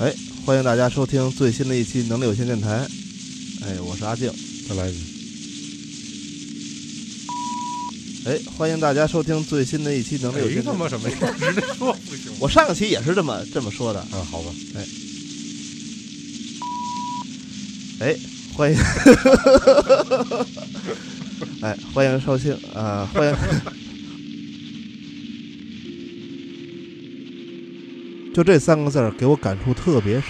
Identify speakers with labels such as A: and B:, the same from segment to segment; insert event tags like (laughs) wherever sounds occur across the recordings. A: 哎，欢迎大家收听最新的一期能力有限电台。哎，我是阿静。
B: 再来一遍。
A: 哎，欢迎大家收听最新的一期能力有限
B: 哎他
A: 电台。
B: 妈什么呀？直接说不行吗？
A: 我上个期也是这么这么说的。
B: 嗯，好吧，
A: 哎，欢迎， (laughs) 哎，欢迎收听啊、欢迎。 (laughs) 就这三个字儿给我感触特别深。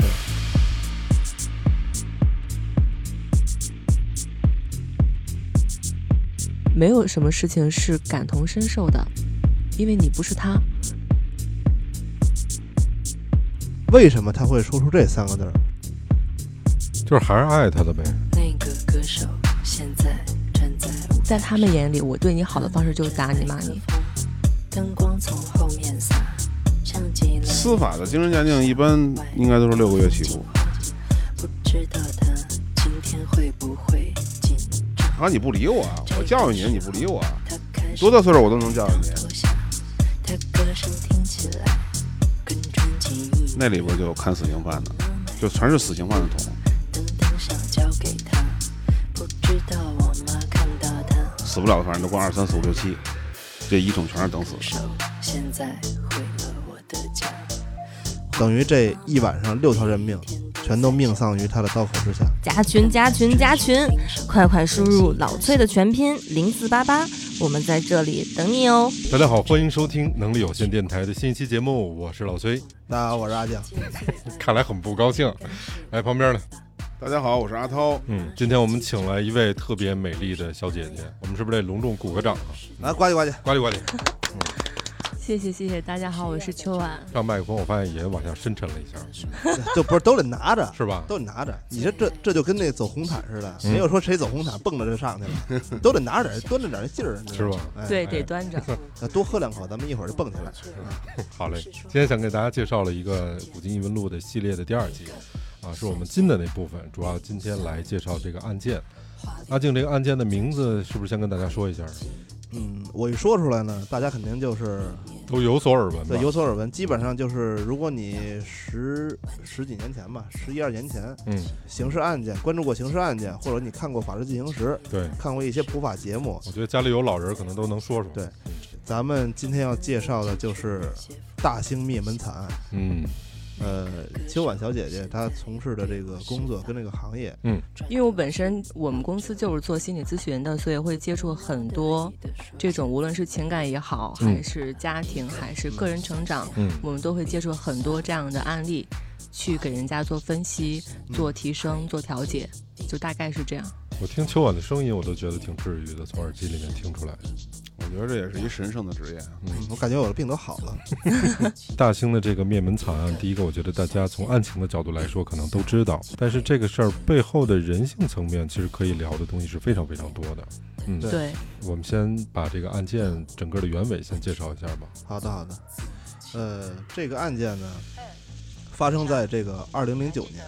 C: 没有什么事情是感同身受的，因为你不是他。
A: 为什么他会说出这三个字儿？
B: 就是还是爱他的呗。
D: 那个歌手现在站在舞
C: 在他们眼里，我对你好的方式就是打你骂你。。
D: 灯光从后面洒，像极了
E: 司法的精神鉴定一般应该都是六个月起步。。
D: 不知道他今天会不会紧张。
E: 啊，你不理我，我教育你，你不理我，啊
D: 他开始
E: 多大岁数我都能教育你。
D: 脱下，他歌声听起来跟专辑一
E: 那里边就有看死刑犯的，
D: 样。
E: 就全是死刑犯的桶，
D: 等等想交给他，不知道我妈看到他
E: 死不了的反正都光二三四五六七，这一桶全是等死
D: 手
E: 的。，
D: 现在回了我的家。
A: 等于这一晚上六条人命，全都命丧于他的刀口之下。
F: 加群加群加群，快快输入老崔的全拼零四八八，我们在这里等你哦。
B: 大家好，欢迎收听能力有限电台的新一期节目，我是老崔。
A: 大家好，我是阿酱。
B: 看来很不高兴。来旁边呢，
E: 大家好，我是阿涛。
B: 嗯，今天我们请来一位特别美丽的小姐姐，我们是不是得隆重鼓个掌啊？
A: 来，呱唧呱唧。
B: 呱唧呱唧，
G: 谢谢谢谢，大家好，我是秋
C: 啊
G: 婉。
B: 上麦克风我发现也往下深沉了一下，
A: (laughs) 就不是都得拿着，
B: 是吧？嗯
A: 都得拿着。你说这这就跟那走红毯似的，没有说谁走红毯蹦着就上
B: (laughs)
A: 去了，都得拿着点儿，端着点儿那劲儿，你知道吗
B: 是吧？
A: 哎，
G: 对，得端
A: (laughs)
G: 着。
A: 要多喝两口，咱们一会儿就蹦起来。
B: (laughs) 好嘞，今天想给大家介绍了一个《古今异闻录》的系列的第二集，啊，是我们金的那部分，主要今天来介绍这个案件。阿静，这个案件的名字是不是先跟大家说一下？
A: 嗯，我一说出来呢，大家肯定就是
B: 都有所耳闻吧
A: 对？有所耳闻。基本上就是，如果你十十几年前吧，十一二年前，
B: 嗯，
A: 刑事案件关注过刑事案件，或者你看过《法制进行时
B: 对，》，
A: 看过一些普法节目，
B: 我觉得家里有老人可能都能说说。
A: 对咱们今天要介绍的就是大兴灭门惨案。
B: 嗯，
A: 呃，秋婉小姐姐她从事的这个工作跟这个行业，
B: 嗯
C: 因为我本身我们公司就是做心理咨询的，所以会接触很多这种，无论是情感也好，
B: 嗯
C: 还是家庭，还是个人成长，
B: 嗯
C: 我们都会接触很多这样的案例，去给人家做分析、做提升、做调解，就大概是这样。
B: 我听秋婉的声音，我都觉得挺治愈的，从耳机里面听出来。
E: 我觉得这也是一神圣的职业。啊
B: 嗯
A: 嗯我感觉我的病都好了。
B: 大兴的这个灭门惨案，第一个，我觉得大家从案情的角度来说可能都知道，但是这个事儿背后的人性层面，其实可以聊的东西是非常非常多的。嗯，
A: 对
C: 对，
B: 我们先把这个案件整个的原委先介绍一下吧。
A: 好的，好的。哎呃，这个案件呢，发生在这个二零零九年，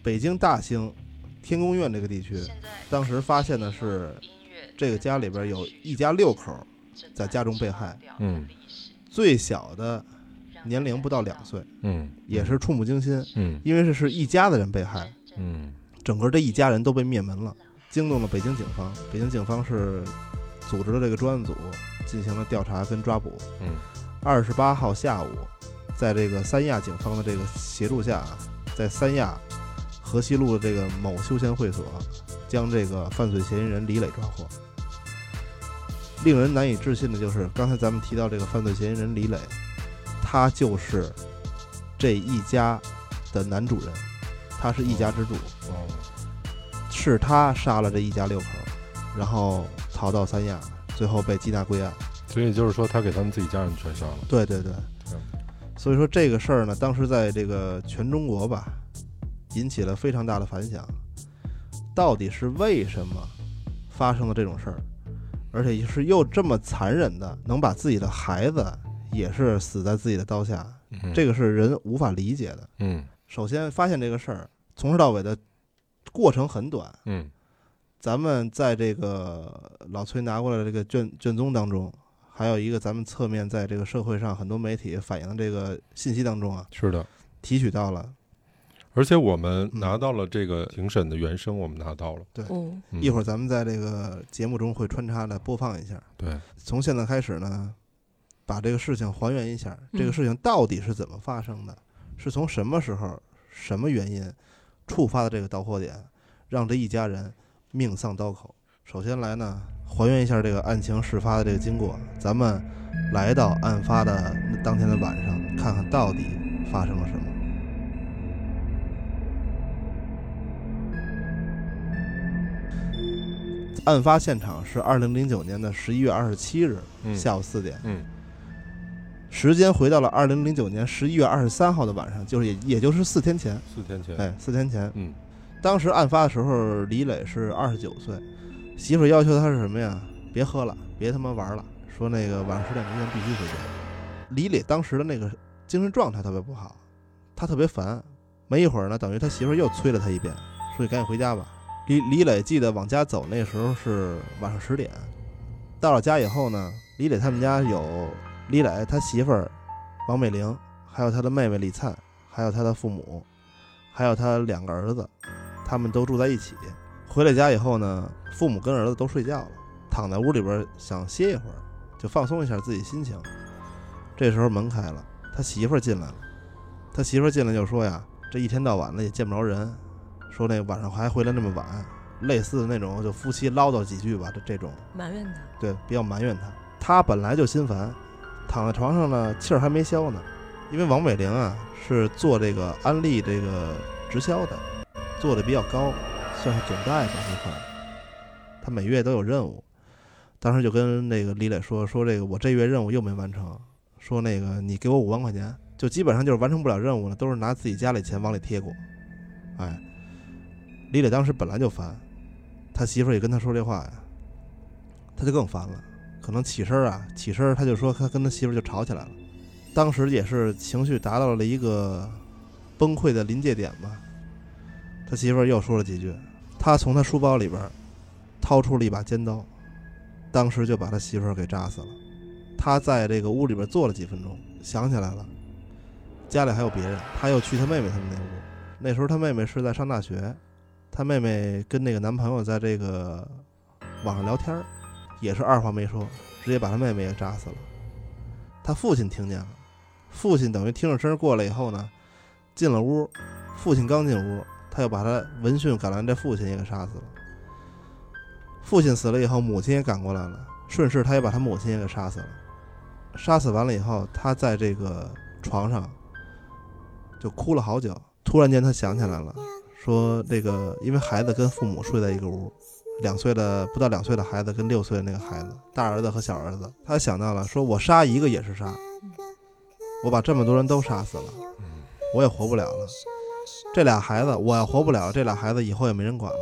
A: 北京大兴天宫院这个地区，当时发现的是这个家里边有一家六口在家中被害，
B: 嗯
A: 最小的年龄不到两岁，
B: 嗯，
A: 也是触目惊心，
B: 嗯
A: 因为这是一家的人被害，
B: 嗯
A: 整个这一家人都被灭门了，惊动了北京警方。北京警方是组织了这个专案组进行了调查跟抓捕。
B: 嗯，
A: 二十八号下午，在这个三亚警方的这个协助下啊，在三亚河西路的这个某休闲会所，将这个犯罪嫌疑人李磊抓获。令人难以置信的就是，刚才咱们提到这个犯罪嫌疑人李磊，他就是这一家的男主人，他是一家之主。
B: 哦，
A: 是他杀了这一家六口，然后逃到三亚，最后被缉拿归案。
B: 所以就是说，他给他们自己家人全杀了。
A: 对对对
B: 嗯，
A: 所以说这个事儿呢，当时在这个全中国吧，引起了非常大的反响。到底是为什么发生了这种事儿，而且是又这么残忍的，能把自己的孩子也是死在自己的刀下，
B: 嗯
A: 这个是人无法理解的。
B: 嗯
A: 首先发现这个事儿，从头到尾的过程很短，
B: 嗯
A: 咱们在这个老崔拿过来的这个卷卷宗当中，还有一个咱们侧面在这个社会上很多媒体反映的这个信息当中啊，
B: 是的，
A: 提取到了
B: 而且我们
A: 嗯
B: 拿到了这个庭审的原声，我们拿到了。
C: 哦，
B: 嗯
A: 一会儿咱们在这个节目中会穿插的播放一下。
B: 对，
A: 从现在开始呢，把这个事情还原一下，
C: 嗯
A: 这个事情到底是怎么发生的，是从什么时候、什么原因触发的这个导火点，让这一家人命丧刀口。首先来呢，还原一下这个案情事发的这个经过，咱们来到案发的当天的晚上，看看到底发生了什么。案发现场是二零零九年的十一月二十七日
B: 嗯，
A: 下午四点，
B: 嗯
A: 时间回到了二零零九年十一月二十三号的晚上，就是也也就是四天前，
B: 四天前，
A: 哎，四天前，
B: 嗯
A: 当时案发的时候，李磊是二十九岁，媳妇儿要求他是什么呀？别喝了，别他妈玩了，说那个晚上十点之前必须回家。李磊当时的那个精神状态特别不好，他特别烦。没一会儿呢，等于他媳妇儿又催了他一遍，说你赶紧回家吧。李李磊记得往家走那时候是晚上十点，到了家以后呢，李磊他们家有李磊他媳妇儿王美玲，还有他的妹妹李灿，还有他的父母，还有他两个儿子。他们都住在一起。回了家以后呢，父母跟儿子都睡觉了，躺在屋里边想歇一会儿，就放松一下自己心情。这时候门开了，他媳妇儿进来了。他媳妇儿进来就说呀：“这一天到晚的也见不着人，说那晚上还回来那么晚，类似的那种就夫妻唠叨几句吧，这这种
C: 埋怨他，
A: 对比较埋怨他。他本来就心烦，躺在床上呢，气儿还没消呢。因为王美玲啊是做这个安利这个直销的，做的比较高，算是总代吧这块儿。他每月都有任务，当时就跟那个李磊说说这个我这月任务又没完成，说那个你给我五万块钱，就基本上就是完成不了任务了，都是拿自己家里钱往里贴过。哎，李磊当时本来就烦，他媳妇儿也跟他说这话呀，他就更烦了，可能起身儿啊，起身儿他就说他跟他媳妇儿就吵起来了，当时也是情绪达到了一个崩溃的临界点吧。他媳妇儿又说了几句，他从他书包里边儿掏出了一把尖刀，当时就把他媳妇儿给扎死了。他在这个屋里边坐了几分钟，想起来了，家里还有别人，他又去他妹妹他们那屋。那时候他妹妹是在上大学，他妹妹跟那个男朋友在这个网上聊天儿，也是二话没说，直接把他妹妹也扎死了。他父亲听见了，父亲等于听着声儿过来以后呢，进了屋，父亲刚进屋，他又把他闻讯赶来的父亲也给杀死了。父亲死了以后，母亲也赶过来了，顺势他也把他母亲也给杀死了。杀死完了以后，他在这个床上就哭了好久。突然间，他想起来了，说这个因为孩子跟父母睡在一个屋，两岁的不到两岁的孩子跟六岁的那个孩子，大儿子和小儿子，他想到了，说我杀一个也是杀，我把这么多人都杀死了，我也活不了了。这俩孩子，我要活不了，这俩孩子以后也没人管了，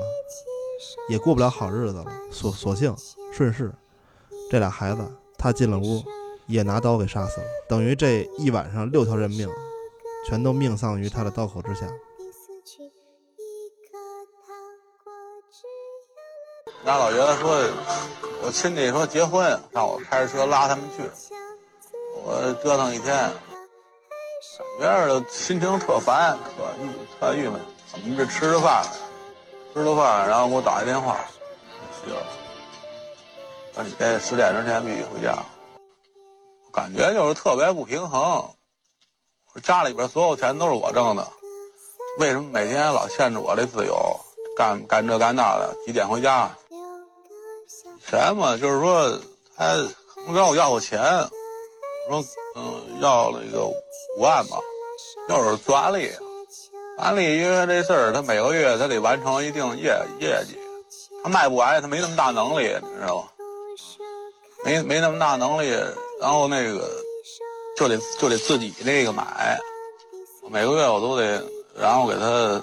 A: 也过不了好日子了。索索性顺势，这俩孩子他进了屋，也拿刀给杀死了，等于这一晚上六条人命，全都命丧于他的刀口之下。
H: 那老爷子说，我亲戚说结婚，让我开着车拉他们去。我折腾一天，整个的心情特烦，特郁特郁闷。我们这吃着饭，吃着饭，然后给我打一电话，媳妇儿，说你这十点之前必须回家。感觉就是特别不平衡，我家里边所有钱都是我挣的，为什么每天老限制我这自由？干干这干那的，几点回家？什么？就是说，他让我要我钱，我说嗯，要那个五万吧，又是做安利，安利因为这事儿，他每个月他得完成一定业业绩，他卖不完，他没那么大能力，你知道吗？没没那么大能力，然后那个就得就得自己那个买，每个月我都得，然后给他，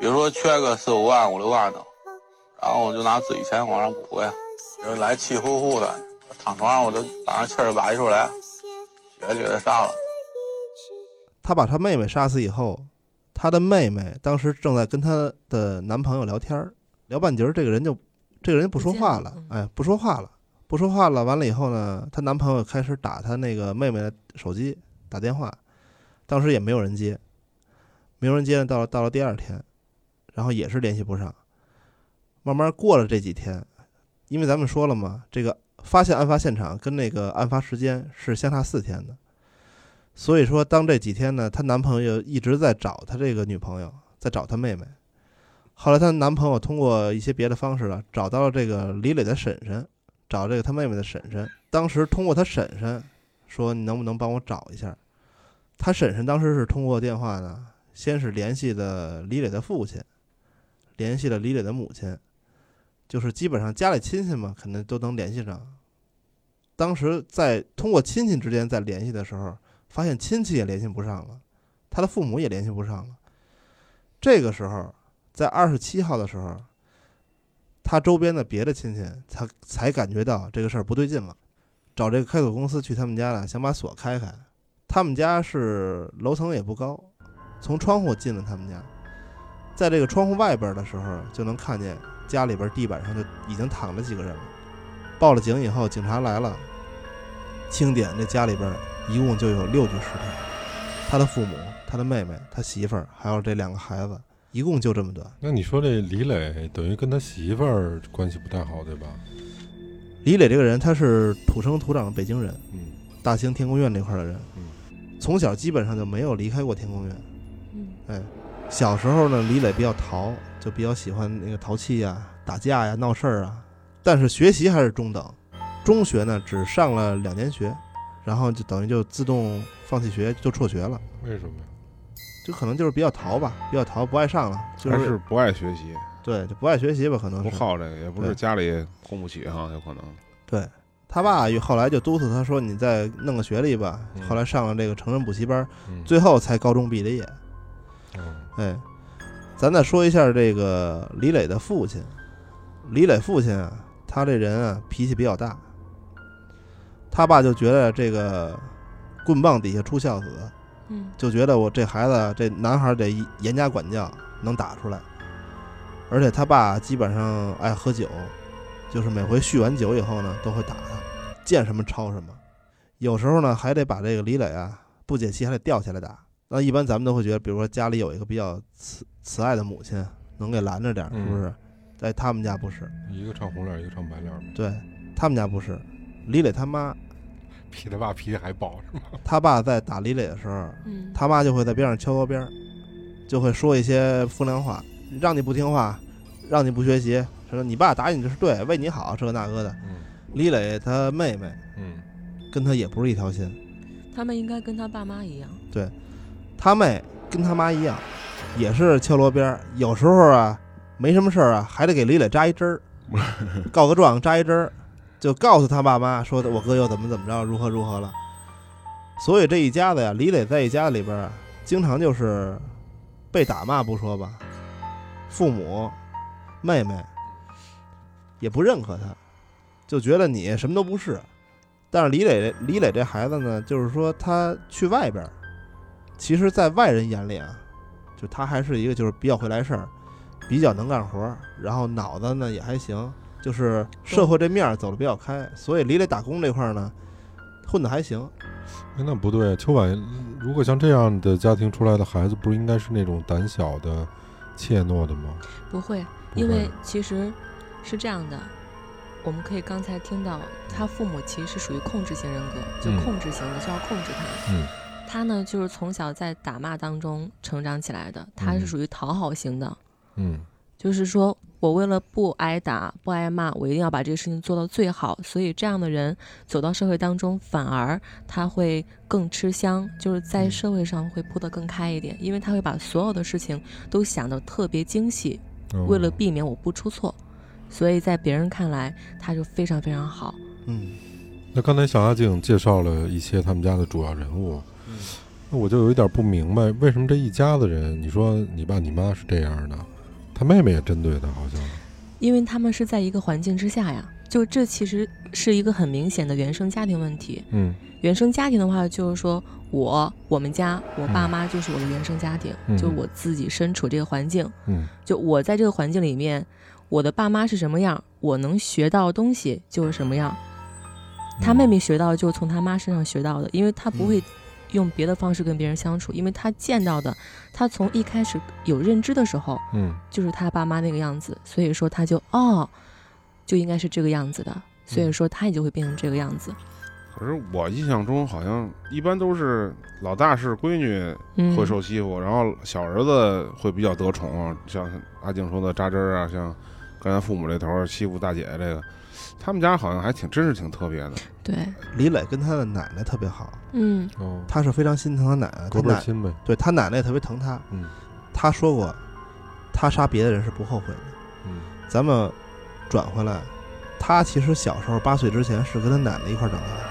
H: 比如说缺个四五万五六万的，然后我就拿自己钱往上补呀，就是来气呼呼的，躺床上我就把那气儿打一出来，直接给他杀了。
A: 他把他妹妹杀死以后，他的妹妹当时正在跟她的男朋友聊天儿，聊半截儿，这个人就这个人就不说话了
C: 不，见嗯
A: 哎，不说话了，不说话了。完了以后呢，她男朋友开始打她那个妹妹的手机打电话，当时也没有人接。没有人接呢，到了到了第二天，然后也是联系不上。慢慢过了这几天，因为咱们说了嘛，这个发现案发现场跟那个案发时间是相差四天的，所以说当这几天呢，她男朋友一直在找她这个女朋友，在找她妹妹。后来她男朋友通过一些别的方式啊，找到了这个李磊的婶婶，找这个她妹妹的婶婶。当时通过她婶婶说：“你能不能帮我找一下？”她婶婶当时是通过电话呢，先是联系的李磊的父亲，联系了李磊的母亲，就是基本上家里亲戚嘛，肯定都能联系上。当时在通过亲戚之间在联系的时候，发现亲戚也联系不上了，她的父母也联系不上了。这个时候，在二十七号的时候，她周边的别的亲戚才才感觉到这个事儿不对劲了，找这个开锁公司去他们家了，想把锁开开。他们家是楼层也不高，从窗户进了他们家，在这个窗户外边的时候，就能看见家里边地板上就已经躺着几个人了。报了警以后，警察来了，清点这家里边一共就有六具尸体，他的父母、他的妹妹、他媳妇儿，还有这两个孩子，一共就这么多。
B: 那你说这李磊等于跟他媳妇儿关系不太好，对吧？
A: 李磊这个人，他是土生土长的北京人，
B: 嗯，
A: 大兴天宫院这块儿的人，
B: 嗯
A: 从小基本上就没有离开过天宫院。
C: 嗯
A: 哎，小时候呢，李磊比较淘，就比较喜欢那个淘气呀、打架呀、闹事儿啊。但是学习还是中等，中学呢只上了两年学，然后就等于就自动放弃学，就辍学了。
B: (laughs) 为什么呀？
A: 就可能就是比较淘吧，比较淘，不爱上了，就
E: 还是不爱学习，
A: 对，就不爱学习吧，可能
E: 不
A: 是。
E: 好这个，也不是
A: 对
E: 家里供不起哈，有可能。
A: 对他爸又后来就督促他说：“你再弄个学历吧。
B: 嗯”
A: 后来上了这个成人补习班，
B: 嗯，
A: 最后才高中毕的业。
B: 嗯
A: 哎，咱再说一下这个李磊的父亲。李磊父亲啊，他这人啊脾气比较大，他爸就觉得这个棍棒底下出孝子，
G: 嗯
A: 就觉得我这孩子这男孩得严加管教，能打出来。而且他爸基本上爱喝酒，就是每回酗完酒以后呢，都会打他，见什么抄什么。有时候呢，还得把这个李磊啊不解气，还得吊起来打。那一般咱们都会觉得，比如说家里有一个比较慈慈爱的母亲，能给拦着点儿，是不是？在他们家不是，
B: 嗯一个唱红脸，一个唱白脸呗。
A: 对他们家不是。李磊他妈，
B: (laughs) 比他爸脾气还暴是吗？
A: 他爸在打李磊的时候，
G: 嗯，
A: 他妈就会在边上敲锣边儿，就会说一些风凉话，让你不听话，让你不学习，说你爸打你这是对，为你好，这个那个的。
B: 嗯
A: 李磊他妹妹
B: 嗯
A: 跟他也不是一条心，
C: 他们应该跟他爸妈一样，
A: 他妹跟他妈一样，也是敲锣边儿，有时候啊没什么事儿啊，还得给李磊扎一针儿，告个状扎一针儿，就告诉他爸妈说我哥又怎么怎么着，如何如何了。所以这一家子呀，李磊在一家里边儿啊，经常就是被打骂不说吧，父母、妹妹也不认可他，就觉得你什么都不是。但是李磊李磊这孩子呢，就是说他去外边儿，其实，在外人眼里啊，就他还是一个就是比较会来事儿，比较能干活儿，然后脑子呢也还行，就是社会这面儿走的比较开，所以李磊打工这块儿呢，混的还行。
B: 哎那不对，秋婉，如果像这样的家庭出来的孩子，不是应该是那种胆小的、怯懦的吗？
C: 不会，
B: 不
C: 因
B: 会
C: 为其实是这样的，我们可以刚才听到他父母其实是属于控制型人格，就
B: 嗯
C: 控制型的，就要控制他。
B: 嗯
C: 他呢，就是从小在打骂当中成长起来的，他
B: 嗯
C: 是属于讨好型的，
B: 嗯
C: 就是说我为了不挨打、不挨骂，我一定要把这个事情做到最好。所以这样的人走到社会当中，反而他会更吃香，就是在
B: 嗯
C: 社会上会铺得更开一点，因为他会把所有的事情都想得特别精细，
B: 哦
C: 为了避免我不出错，所以在别人看来他就非常非常好。
A: 嗯，
B: 那刚才小阿静介绍了一些他们家的主要人物，
E: 嗯
B: 那我就有一点不明白，为什么这一家子人，你说你爸你妈是这样的，他妹妹也针对他，好像
C: 因为他们是在一个环境之下呀，就这其实是一个很明显的原生家庭问题。
B: 嗯
C: 原生家庭的话，就是说我、我们家、我爸
B: 嗯
C: 妈就是我的原生家庭，
B: 嗯
C: 就是我自己身处这个环境，
B: 嗯
C: 就我在这个环境里面，我的爸妈是什么样，我能学到的东西就是什么样。他妹妹学到的就是从他妈身上学到的，因为他不会用别的方式跟别人相处，因为他见到的，他从一开始有认知的时候
B: 嗯
C: 就是他爸妈那个样子，所以说他就哦，就应该是这个样子的，所以说他也就会变成这个样子。
E: 可是我印象中好像一般都是老大是闺女
C: 嗯，
E: 会受欺负，然后小儿子会比较得宠，啊像阿静说的扎针儿啊，像刚才父母这头儿欺负大姐这个，他们家好像还挺真是挺特别的。
C: 对，
A: 李磊跟他的奶奶特别好，
C: 嗯
B: 哦，
A: 他是非常心疼他奶奶，他
B: 隔辈儿
A: 奶
B: 亲呗，
A: 对他奶奶也特别疼他。
B: 嗯，
A: 他说过，他杀别的人是不后悔的。
B: 嗯
A: 咱们转回来，他其实小时候八岁之前是跟他奶奶一块儿长大的，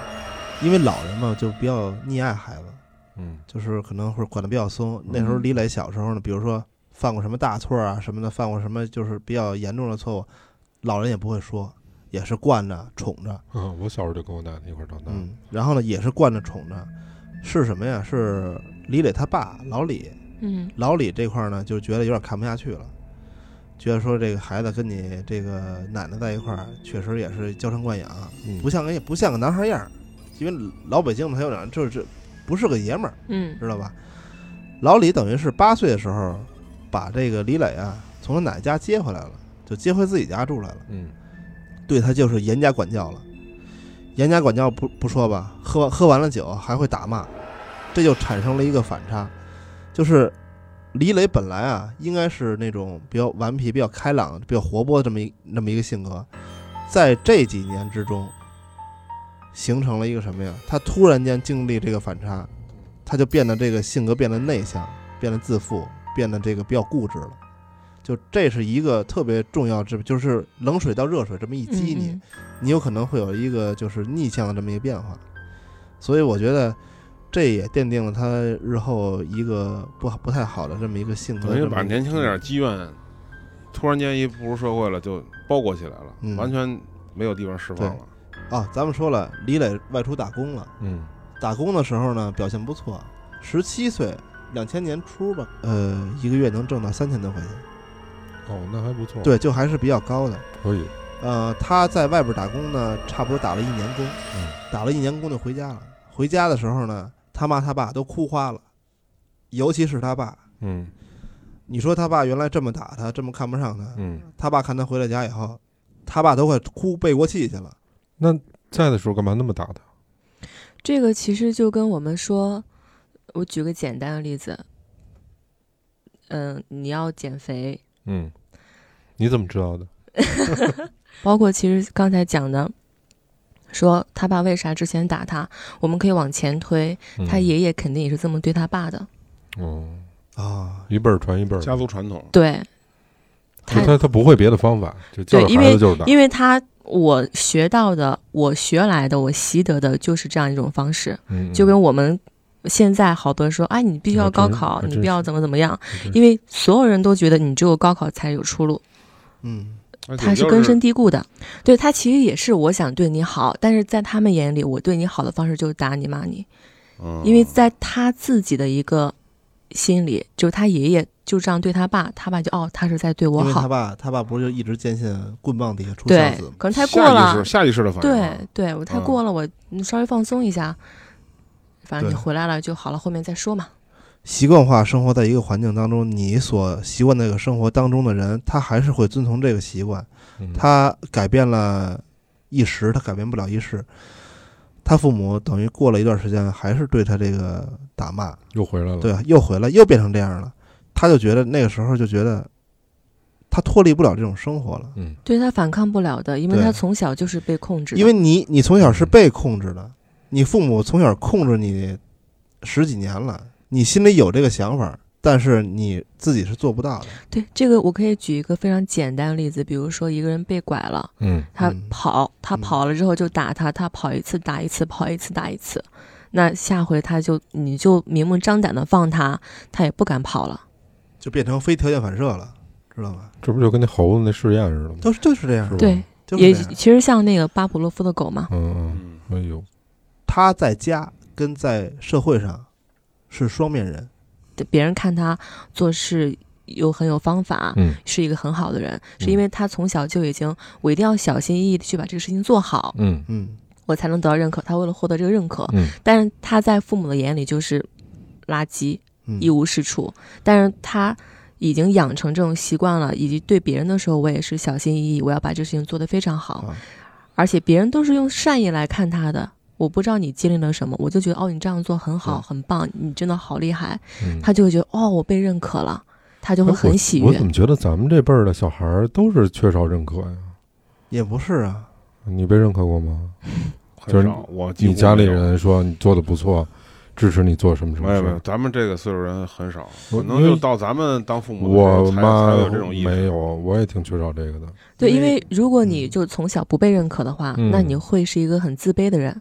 A: 因为老人嘛就比较溺爱孩子，
B: 嗯
A: 就是可能会管得比较松。那时候李磊小时候呢，比如说犯过什么大错啊什么的，犯过什么就是比较严重的错误，老人也不会说，也是惯着宠着。
B: 啊，我小时候就跟我奶奶一块儿长大，
A: 嗯，然后呢也是惯着宠着，是什么呀？是李磊他爸老李，
C: 嗯
A: 老李这块儿呢就觉得有点看不下去了，觉得说这个孩子跟你这个奶奶在一块儿，确实也是娇生惯养，
B: 嗯
A: 不像个不像个男孩样儿，因为老北京嘛，他有点就是这不是个爷们儿，
C: 嗯
A: 知道吧？老李等于是八岁的时候把这个李磊啊从他奶家接回来了，就接回自己家住来了。
B: 嗯
A: 对他就是严加管教了。严加管教不不说吧，喝完喝完了酒还会打骂，这就产生了一个反差，就是李磊本来啊应该是那种比较顽皮、比较开朗、比较活泼的这么一那么一个性格，在这几年之中形成了一个什么呀？他突然间经历这个反差，他就变得这个性格变得内向，变得自负，变得这个比较固执了。就这是一个特别重要之，就是冷水到热水这么一激你，
C: 嗯
A: 你有可能会有一个就是逆向的这么一个变化，所以我觉得这也奠定了他日后一个不好不太好的这么一个性格。
E: 等于把
A: 这么一个
E: 年轻点儿积怨，突然间一步入社会了就包裹起来了，
A: 嗯
E: 完全没有地方释放了。
A: 啊，咱们说了，李磊外出打工了，
B: 嗯
A: 打工的时候呢表现不错，十七岁，两千年初吧，呃，一个月能挣到三千多块钱，
B: 哦，那还不错，，
A: 对，就还是比较高的。
B: 可以，
A: 呃，他在外边打工呢，差不多打了一年工，
B: 嗯
A: 打了一年工就回家了。回家的时候呢，他妈他爸都哭花了，尤其是他爸，
B: 嗯
A: 你说他爸原来这么打他，这么看不上他，
B: 嗯，
A: 他爸看他回了家以后，他爸都快哭背过气去了。
B: 在的时候干嘛啊那么打他？
C: 这个其实就跟我们说，我举个简单的例子，嗯、你要减肥，
B: 嗯，你怎么知道的？
C: 包括其实刚才讲的，说他爸为啥之前打他，我们可以往前推，
B: 嗯
C: 他爷爷肯定也是这么对他爸的，
B: 哦，
A: 啊，
B: 一辈儿传一辈儿，
E: 家族传统，
C: 对，
B: 就
C: 他
B: 他他不会别的方法，就教
C: 对
B: 育
C: 因
B: 孩
C: 为
B: 子就是打，
C: 因为他我学到的，我学来的，我习得的就是这样一种方式，
B: 嗯
C: 就
B: 嗯
C: 跟我们。现在好多人说，哎，你必须要
B: 还
C: 高
B: 真
C: 考，
B: 还
C: 你
B: 真
C: 不要
B: 是
C: 怎么怎么样，
B: 真
C: 因为所有人都觉得你只有高考才有出路，
A: 嗯，
E: 而且
C: 他是
E: 就
C: 根深蒂固的。对他其实也是我想对你好，但是在他们眼里，我对你好的方式就是打你骂你，
A: 哦
E: 嗯
C: 因为在他自己的一个心里，就是他爷爷就这样对他爸，他爸就哦，他是在对我
A: 因为他
C: 好，
A: 爸他爸不是就一直坚信棍棒底下出孝
C: 对
A: 子吗，？
C: 可能太过了，
E: 下意识下意识的反应
C: 对
E: 啊。
C: 对，我太
E: 嗯
C: 过了，我你稍微放松一下，反正你
A: 对
C: 回来了就好了，后面再说嘛。
A: 习惯化生活在一个环境当中，你所习惯那个生活当中的人，他还是会遵从这个习惯。
B: 嗯
A: 他改变了一时，他改变不了一世。他父母等于过了一段时间，还是对他这个打骂，
B: 又回来了，
A: 对，啊又回来，又变成这样了。他就觉得那个时候就觉得他脱离不了这种生活了，
B: 嗯，
C: 对他反抗不了的，因为
A: 对
C: 他从小就是被控制的，
A: 因为你你从小是被控制的，你父母从小控制你十几年了，你心里有这个想法，但是你自己是做不到的。
C: 对这个我可以举一个非常简单的例子，比如说一个人被拐了。
B: 嗯
C: 他
A: 嗯
C: 跑，他
A: 嗯
C: 跑了之后就打他，他跑一次打一次，跑一次打一次。那下回他就你就明目张胆的放他，他也不敢跑了。
A: 就变成非条件反射了，知道吧？
B: 这不就跟那猴子那试验似的吗？
A: 都是就是这样
B: 是吧，
C: 对，
A: 就是
C: 也
A: 这样
C: 其实像那个巴甫洛夫的狗嘛，
B: 嗯
E: 嗯，
B: 嗯，哎呦，
A: 他在家跟在社会上是双面人，
C: 别人看他做事有很有方法，
B: 嗯
C: 是一个很好的人，是因为他从小就已经我一定要小心翼翼的去把这个事情做好，
B: 嗯
A: 嗯，
C: 我才能得到认可。他为了获得这个认可，
B: 嗯
C: 但是他在父母的眼里就是垃圾，
A: 嗯
C: 一无是处。但是他已经养成这种习惯了，以及对别人的时候，我也是小心翼翼，我要把这事情做得非常好。
A: 啊
C: 而且别人都是用善意来看他的，我不知道你经历了什么，我就觉得哦，你这样做很好，很棒，你真的好厉害，
B: 嗯，
C: 他就会觉得哦，我被认可了，他就会
B: 哎我
C: 很喜
B: 我
C: 悦
B: 怎。么觉得咱们这辈儿的小孩儿都是缺少认可呀？
A: 也不是啊，
B: 你被认可过吗？就是
E: 很少我几乎
B: 你家里
E: 没有
B: 人说你做的不错，支持你做什么什么
E: 没有没有，
B: 事？
E: 咱们这个岁数人很少，
B: 我
E: 可能就到咱们当父母的时候
B: 我
E: 才
B: 妈
E: 才有这种意识。
B: 没有，我也挺缺少这个的。
C: 对，
E: 因
C: 因
E: 为
C: 为如果你就从小不被认可的话，
B: 嗯
C: 那你会是一个很自卑的人。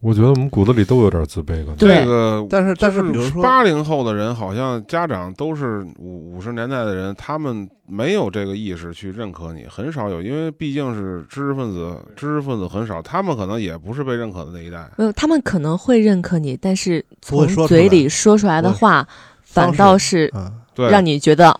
B: 我觉得我们骨子里都有点自卑感。
E: 这个，
A: 但是但是比如说，
E: 八零后的人，好像家长都是五五十年代的人，他们没有这个意识去认可你，很少有，因为毕竟是知识分子，知识分子很少，他们可能也不是被认可的那一代。
C: 没有，他们可能会认可你，但是
A: 不会
C: 从
A: 说出来
C: 嘴里说出来的话，
A: 方
C: 反
A: 式
C: 倒是
A: 嗯，
E: 对，
C: 让你觉得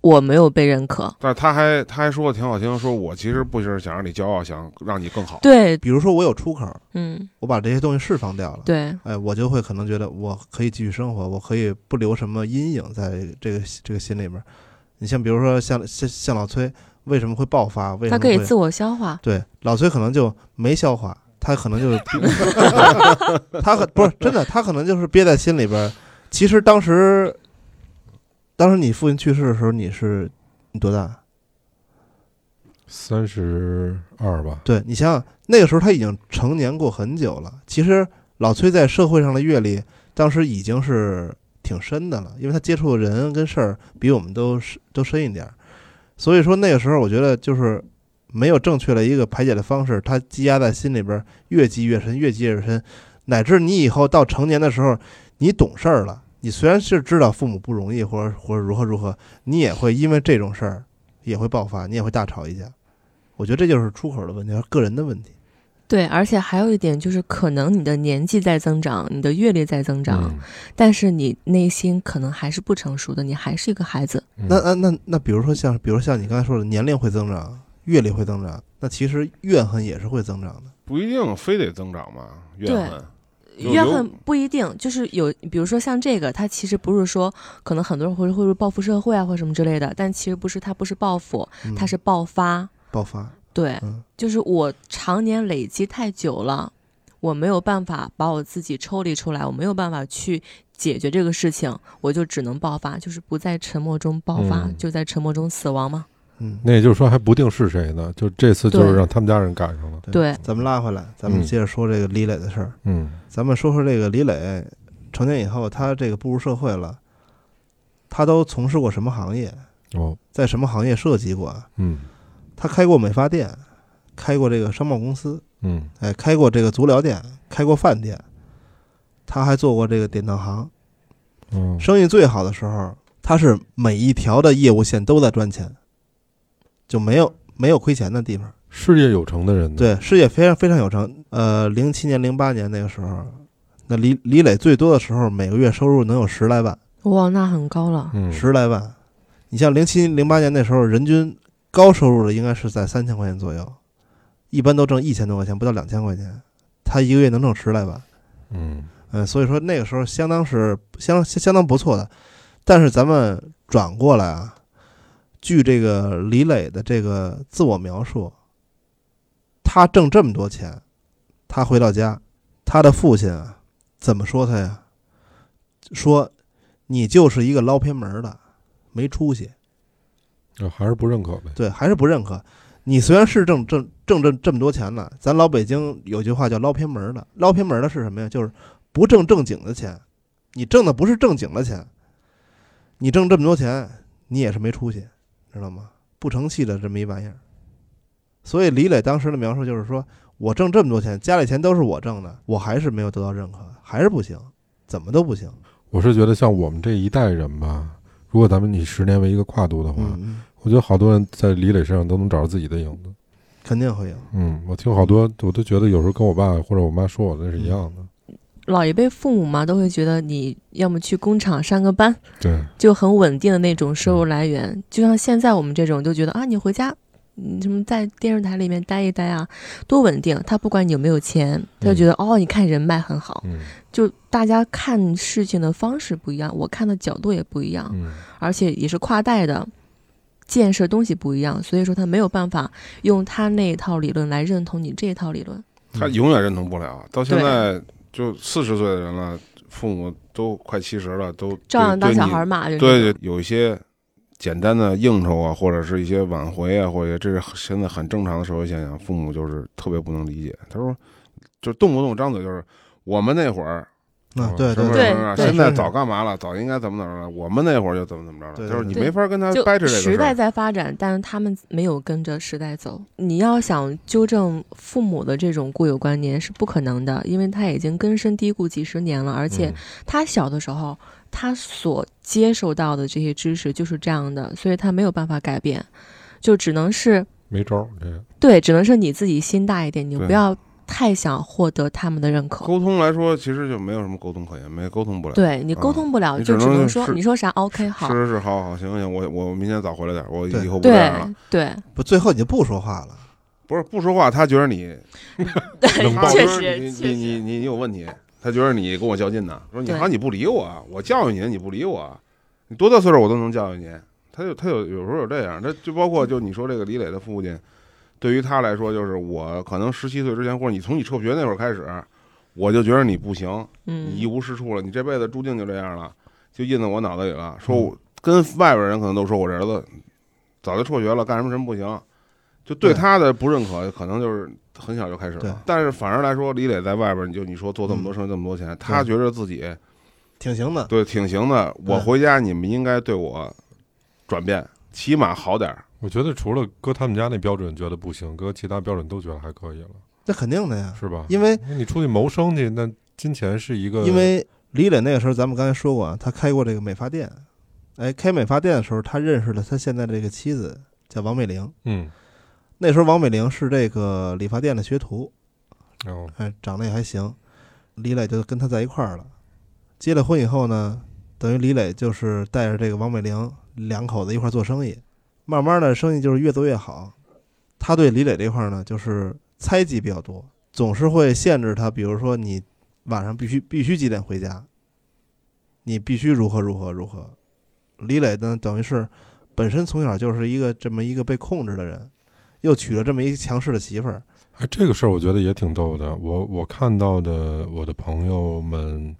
C: 我没有被认可。
E: 但是他还他还说的挺好听，说我其实不是想让你骄傲，想让你更好。
C: 对，
A: 比如说我有出口，
C: 嗯，
A: 我把这些东西释放掉了，
C: 对，
A: 哎，我就会可能觉得我可以继续生活，我可以不留什么阴影在这个这个心里边儿。你像比如说像像像老崔为什么会爆发？为什
C: 他
A: 么
C: 可以
A: 会
C: 自我消化。
A: 对老崔可能就没消化，他可能就是
C: (laughs)
A: 他可不是真的，他可能就是憋在心里边儿。其实当时当时你父亲去世的时候，你是你多大？
B: 三十二吧，
A: 对你想想，那个时候他已经成年过很久了。其实老崔在社会上的阅历，当时已经是挺深的了，因为他接触的人跟事儿比我们都深都深一点儿。所以说那个时候，我觉得就是没有正确的一个排解的方式，他积压在心里边儿越积越深，越积越深，乃至你以后到成年的时候，你懂事儿了，你虽然是知道父母不容易，或者或者如何如何，你也会因为这种事儿也会爆发，你也会大吵一架。我觉得这就是出口的问题，而个人的问题。
C: 对，而且还有一点就是，可能你的年纪在增长，你的阅历在增长，
B: 嗯
C: 但是你内心可能还是不成熟的，你还是一个孩子。
B: 嗯
A: 那那那那，比如说像，比如像你刚才说的，年龄会增长，阅历会增长，那其实怨恨也是会增长的。
E: 不一定非得增长嘛，怨
C: 对
E: 恨。有
C: 怨
E: 有
C: 恨不一定，就是有，比如说像这个，它其实不是说，可能很多人会会不会报复社会啊，或什么之类的，但其实不是，它不是报复，
A: 嗯、
C: 它是爆发。
A: 爆发，
C: 对，
A: 嗯
C: 就是我常年累积太久了，我没有办法把我自己抽离出来，我没有办法去解决这个事情，我就只能爆发，就是不在沉默中爆发，
B: 嗯
C: 就在沉默中死亡嘛。
A: 嗯，
B: 那也就是说还不定是谁呢，就这次就是
C: 对
B: 让他们家人赶上了。
C: 对
A: 咱们拉回来，咱们
B: 嗯
A: 接着说这个李磊的事儿。
B: 嗯，
A: 咱们说说这个李磊，成年以后，他这个步入社会了，他都从事过什么行业，
B: 哦，
A: 在什么行业涉及过啊？
B: 嗯
A: 他开过美发店，开过这个商贸公司，
B: 嗯
A: 哎，开过这个足疗店，开过饭店，他还做过这个典当行。
B: 嗯，
A: 生意最好的时候，他是每一条的业务线都在赚钱，就没有没有亏钱的地方。
B: 事业有成的人呢，
A: 对，事业非常非常有成。呃，零七年、零八年那个时候，那李李磊最多的时候，每个月收入能有十来万，
C: 哇，那很高了。
B: 嗯，
A: 十来万。你像零七、零八年那时候，人均高收入的应该是在三千块钱左右，一般都挣一千多块钱，不到两千块钱。他一个月能挣十来万，
B: 嗯
A: 嗯，所以说那个时候相当是相相相当不错的，但是咱们转过来啊，据这个李磊的这个自我描述，他挣这么多钱，他回到家，他的父亲啊，怎么说他呀？说你就是一个捞偏门儿的，没出息。
B: 呃还是不认可呗。
A: 对，还是不认可。你虽然是挣挣挣这这么多钱了，咱老北京有句话叫捞偏门儿的，捞偏门儿的是什么呀？就是不挣正经的钱，你挣的不是正经的钱，你挣这么多钱，你也是没出息，知道吗？不成器的这么一玩意儿。所以李磊当时的描述就是说，我挣这么多钱，家里钱都是我挣的，我还是没有得到认可，还是不行，怎么都不行。
B: 我是觉得像我们这一代人吧，如果咱们以十年为一个跨度的话，
A: 嗯，
B: 我觉得好多人在李磊身上都能找着自己的影子。
A: 肯定会有。
B: 嗯，我听好多，我都觉得有时候跟我爸或者我妈说我那是一样
A: 嗯
B: 的。
C: 老一辈父母嘛，都会觉得你要么去工厂上个班，
B: 对，嗯
C: 就很稳定的那种收入来源。就像现在我们这种，就觉得啊，你回家嗯，什么在电视台里面待一待啊，多稳定。他不管你有没有钱，他就觉得、哦，你看人脉很好。
B: 嗯
C: 就大家看事情的方式不一样，我看的角度也不一样，
B: 嗯
C: 而且也是跨代的，建设东西不一样，所以说他没有办法用他那一套理论来认同你这一套理论。
E: 他永远认同不了。到现在就四十岁的人了，父母都快七十了，都
C: 照样当小
E: 对
C: 孩儿
E: 你
C: 骂，就那
E: 对
C: 种
E: 对，有一些简单的应酬啊，或者是一些挽回啊，或者这是现在很正常的社会现象，父母就是特别不能理解。他说，就动不动张嘴就是我们那会儿呃
A: 啊
B: 哦，
A: 对
E: 什么
A: 对
E: 什么什么，
C: 对
E: 现在
A: 对
E: 早干嘛了，早应该怎么怎么着了，我们那会儿就怎么怎么着
A: 对
E: 了，
A: 对
E: 就是你
C: 对
E: 没法跟他
C: 就
E: 掰扯这个
C: 时
E: 事
C: 代
E: 儿。
C: 在发展，但是他们没有跟着时代走。你要想纠正父母的这种固有观念是不可能的，因为他已经根深蒂固几十年了，而
E: 嗯
C: 且他小的时候他所接受到的这些知识就是这样的，所以他没有办法改变，就只能是
B: 没招儿，这个
C: 对，只能是你自己心大一点，你
E: 对
C: 不要太想获得他们的认可。
E: 沟通来说，其实就没有什么沟通可言，没沟通不了。
C: 对你沟
E: 啊
C: 通不了，
E: 你
C: 就
E: 只
C: 只
E: 能
C: 能
E: 是
C: 说你说啥 OK 好
E: 是，是是，好好行行，我我明天早回来点儿，我
A: 对
E: 以后不这
C: 对
E: 样了。
C: 对，
A: 不，最后你就不说话了。
E: 不是不说话，他觉得你
B: 冷
E: 他
B: 暴
E: 觉
C: 确
E: 得
C: 实
E: 你
C: 确
E: 你你你你有问题，他觉得你跟我较劲呢，说你
C: 对
E: 好你不理我，啊我教育你你不理我，啊你多大岁数我都能教育你。他就他有有时候有这样，他就包括就你说这个李磊的父亲，对于他来说就是我可能十七岁之前，或者你从你辍学那会儿开始，我就觉得你不行，你一
C: 嗯，
E: 无是处了，你这辈子注定就这样了，就印在我脑袋里了。说
C: 嗯
E: 我跟外边人可能都说我这儿子早就辍学了，干什么什么不行，就对
A: 对
E: 他的不认可，可能就是很小就开始
A: 对
E: 了。但是反而来说，李磊在外边，你就你说做这么多
A: 嗯
E: 生意这么多钱，他觉得自己
A: 挺行的，
E: 对挺行的。我
A: 对
E: 回家你们应该对我转变，起码好点儿。
B: 我觉得除了搁他们家那标准觉得不行，搁其他标准都觉得还可以了，
A: 那肯定的呀，
B: 是吧？
A: 因为
B: 你出去谋生去，那金钱是一个，
A: 因为李磊那个时候，咱们刚才说过啊，他开过这个美发店，哎，开美发店的时候，他认识了他现在这个妻子叫王美玲。
B: 嗯，
A: 那时候王美玲是这个理发店的学徒，
B: 然后
A: 哎，长得也还行。李磊就跟他在一块儿了。结了婚以后呢，等于李磊就是带着这个王美玲两口子一块儿做生意，慢慢的生意就是越做越好。他对李磊这块儿呢，就是猜忌比较多，总是会限制他，比如说你晚上必须必须几点回家，你必须如何如何如何。李磊呢，等于是本身从小就是一个这么一个被控制的人，又娶了这么一强势的媳妇儿，
B: 哎，这个事儿我觉得也挺逗的。我我看到的我的朋友们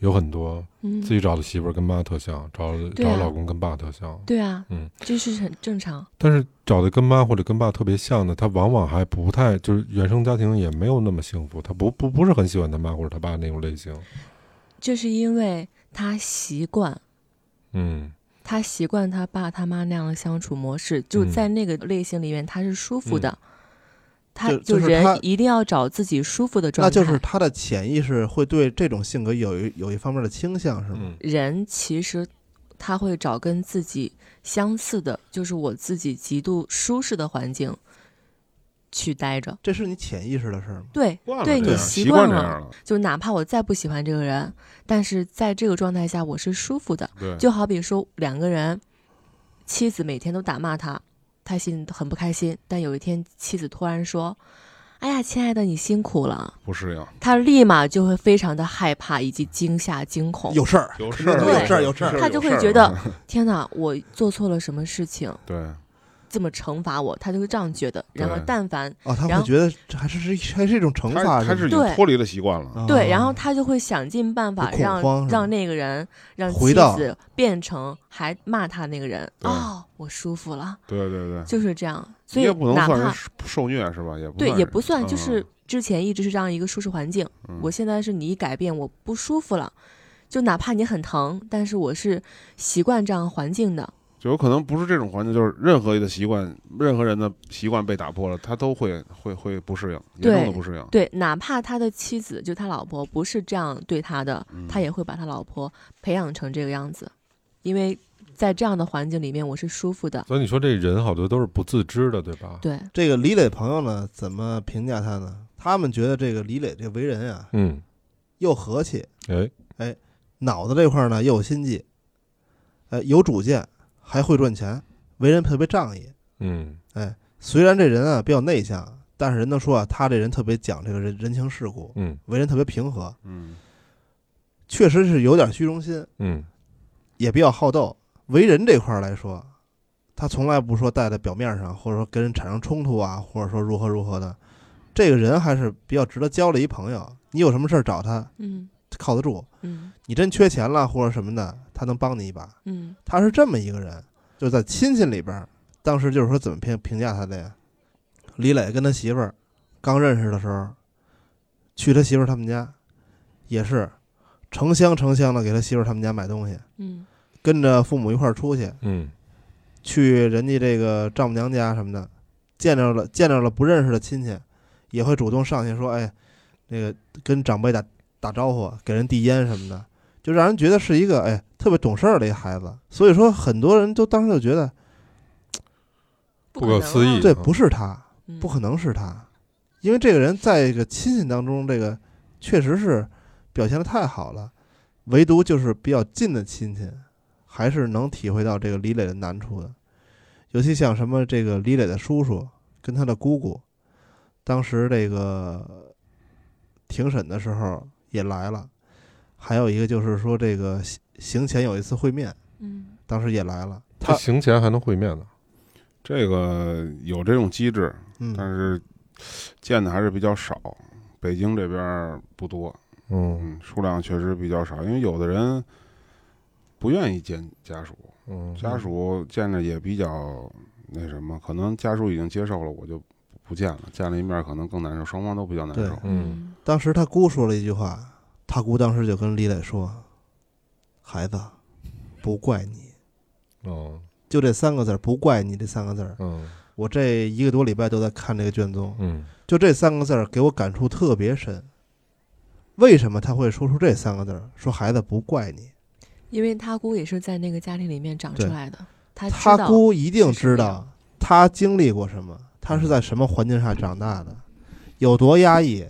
B: 有很多
C: 嗯
B: 自己找的媳妇儿跟妈特像，找的
C: 对
B: 找
C: 啊
B: 老公跟爸特像，
C: 对啊，
B: 嗯，
C: 这是很正常。
B: 但是找的跟妈或者跟爸特别像的，他往往还不太就是原生家庭也没有那么幸福，他不不不是很喜欢他妈或者他爸那种类型。
C: 这是因为他习惯，
B: 嗯
C: 他习惯他爸他妈那样的相处模式，就
B: 嗯
C: 在那个类型里面他是舒服的。
E: 嗯
C: 他
A: 嗯就就是
C: 人
A: 他
C: 一定要找自己舒服的状
A: 那
C: 态。
A: 就是他的潜意识会对这种性格有一有一方面的倾向，是吗？
B: 嗯
C: 人其实他会找跟自己相似的，就是我自己极度舒适的环境去待着。
A: 这是你潜意识的事儿吗？
C: 对
E: 惯，了
C: 对
E: 这
C: 你
E: 样
C: 习
E: 习
C: 了，
E: 惯这样了
C: 就哪怕我再不喜欢这个人，但是在这个状态下我是舒服的。
E: 对，
C: 就好比说两个人，妻子每天都打骂他，他心里很不开心。但有一天，妻子突然说：“哎呀，亲爱的，你辛苦了。
E: 不适应。”
C: 他立马就会非常的害怕以及惊吓、惊恐。
A: 有事儿，
E: 有
A: 肯
E: 事
A: 定
E: 儿，
A: 是
C: 对
A: 有事儿，有事儿。
C: 他就会觉得，
A: (laughs)
C: 天哪，我做错了什么事情，
E: 对，
C: 这么惩罚我，他就会这样觉得。然后，
E: 对
C: 但凡
A: 哦，
C: 然
A: 他会
C: 后
A: 觉得这还是是还是一种惩罚
E: 他，他是已
A: 吗
E: 经
C: 对
E: 脱离了习惯了。啊
A: 哦
C: 对，然后他就会想尽办法
A: 会恐慌是
C: 让
A: 吧
C: 让那个人让
A: 回
C: 妻
A: 到
C: 子变成还骂他那个人。
E: 对
C: 哦，我舒服了，
E: 对对对，
C: 就是这样。所
E: 你
C: 以
E: 也不能
C: 哪
E: 算
C: 怕
E: 是受受虐是吧？也不
C: 对，
E: 算
C: 也
E: 是
C: 不算，就
E: 嗯
C: 是之前一直是这样一个舒适环境。
E: 嗯
C: 我现在是你一改变，我不舒服了，就哪怕你很疼，但是我是习惯这样环境的。
E: 就有可能不是这种环境，就是任何一个习惯，任何人的习惯被打破了，他都会会会不适应，严
C: 对
E: 重的不适应。
C: 对，哪怕他的妻子就他老婆不是这样对他的，
A: 嗯
C: 他也会把他老婆培养成这个样子，因为在这样的环境里面我是舒服的。
B: 所以你说这人好多都是不自知的，对吧？
C: 对，
A: 这个李磊朋友呢，怎么评价他呢？他们觉得这个李磊这为人啊，
B: 嗯，
A: 又和气，
B: 哎，
A: 脑子这块儿呢又有心计，哎呃，有主见，还会赚钱，为人特别仗义。
B: 嗯，
A: 虽然这人啊比较内向，但是人都说啊，他这人特别讲这个人人情世故，
B: 嗯
A: 为人特别平和，
E: 嗯
A: 确实是有点虚荣心，
B: 嗯
A: 也比较好斗。为人这块儿来说，他从来不说带在表面上，或者说跟人产生冲突啊，或者说如何如何的。这个人还是比较值得交的一朋友。你有什么事儿找他，
C: 嗯
A: 靠得住。
C: 嗯
A: 你真缺钱了或者什么的，他能帮你一把。
C: 嗯，
A: 他是这么一个人，就在亲戚里边儿，当时就是说怎么评评价他的呀？李磊跟他媳妇儿刚认识的时候，去他媳妇儿他们家，也是成箱成箱的给他媳妇儿他们家买东西，
C: 嗯
A: 跟着父母一块儿出去，
B: 嗯
A: 去人家这个丈母娘家什么的，见着了见着了不认识的亲戚，也会主动上去说，哎，那个跟长辈打打招呼，给人递烟什么的，就让人觉得是一个哎特别懂事儿的一个孩子。所以说，很多人都当时就觉得
C: 不啊
B: 不可思议
A: 这不是他，
C: 嗯
A: 不可能是他，因为这个人在这个亲戚当中，这个确实是表现的太好了，唯独就是比较近的亲戚，还是能体会到这个李磊的难处的。尤其像什么这个李磊的叔叔跟他的姑姑，当时这个庭审的时候也来了，还有一个就是说这个行行前有一次会面，
C: 嗯
A: 当时也来了。
B: 他
A: 他
B: 行前还能会面呢。
E: 这个有这种机制，
A: 嗯，
E: 但是见的还是比较少，北京这边儿不多，
B: 嗯
E: 嗯，数量确实比较少，因为有的人不愿意见家属，
B: 嗯，
E: 家属见着也比较那什么，可能家属已经接受了，我就不见了，见了一面可能更难受，双方都比较难
A: 对
E: 受。
B: 嗯
A: 当时他姑说了一句话，他姑当时就跟李磊说：“孩子，不怪你，
B: 哦
A: 就这三个字儿，不怪你这三个字儿。
B: 嗯
A: 我这一个多礼拜都在看这个卷宗，
B: 嗯
A: 就这三个字儿给我感触特别深。为什么他会说出这三个字儿？说孩子不怪你，
C: 因为他姑也是在那个家庭里面长出
A: 对
C: 来的，他知
A: 他
C: 道
A: 姑一定
C: 是什么
A: 知道
C: 样
A: 他经历过什么，他是在什么环境下长大的，有多压抑。”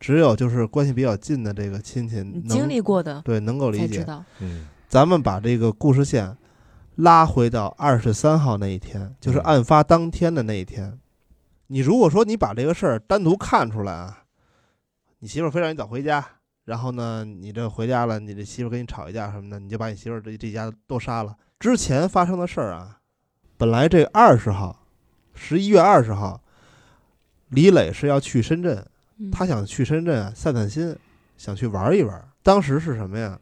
A: 只有就是关系比较近的这个亲戚
C: 你
A: 能
C: 经历过的
A: 对能够理
C: 才
A: 解
C: 知，道，
B: 嗯
A: 咱们把这个故事线拉回到二十三号那一天，就
B: 嗯
A: 是案发当天的那一天。你如果说你把这个事儿单独看出来啊，你媳妇儿非让你早回家，然后呢，你这回家了，你这媳妇儿跟你吵一架什么的，你就把你媳妇儿这这家都杀了。之前发生的事儿啊，本来这二十号，十一月二十号，李磊是要去深圳，
C: 嗯
A: 他想去深圳啊散散心，想去玩一玩。当时是什么呀？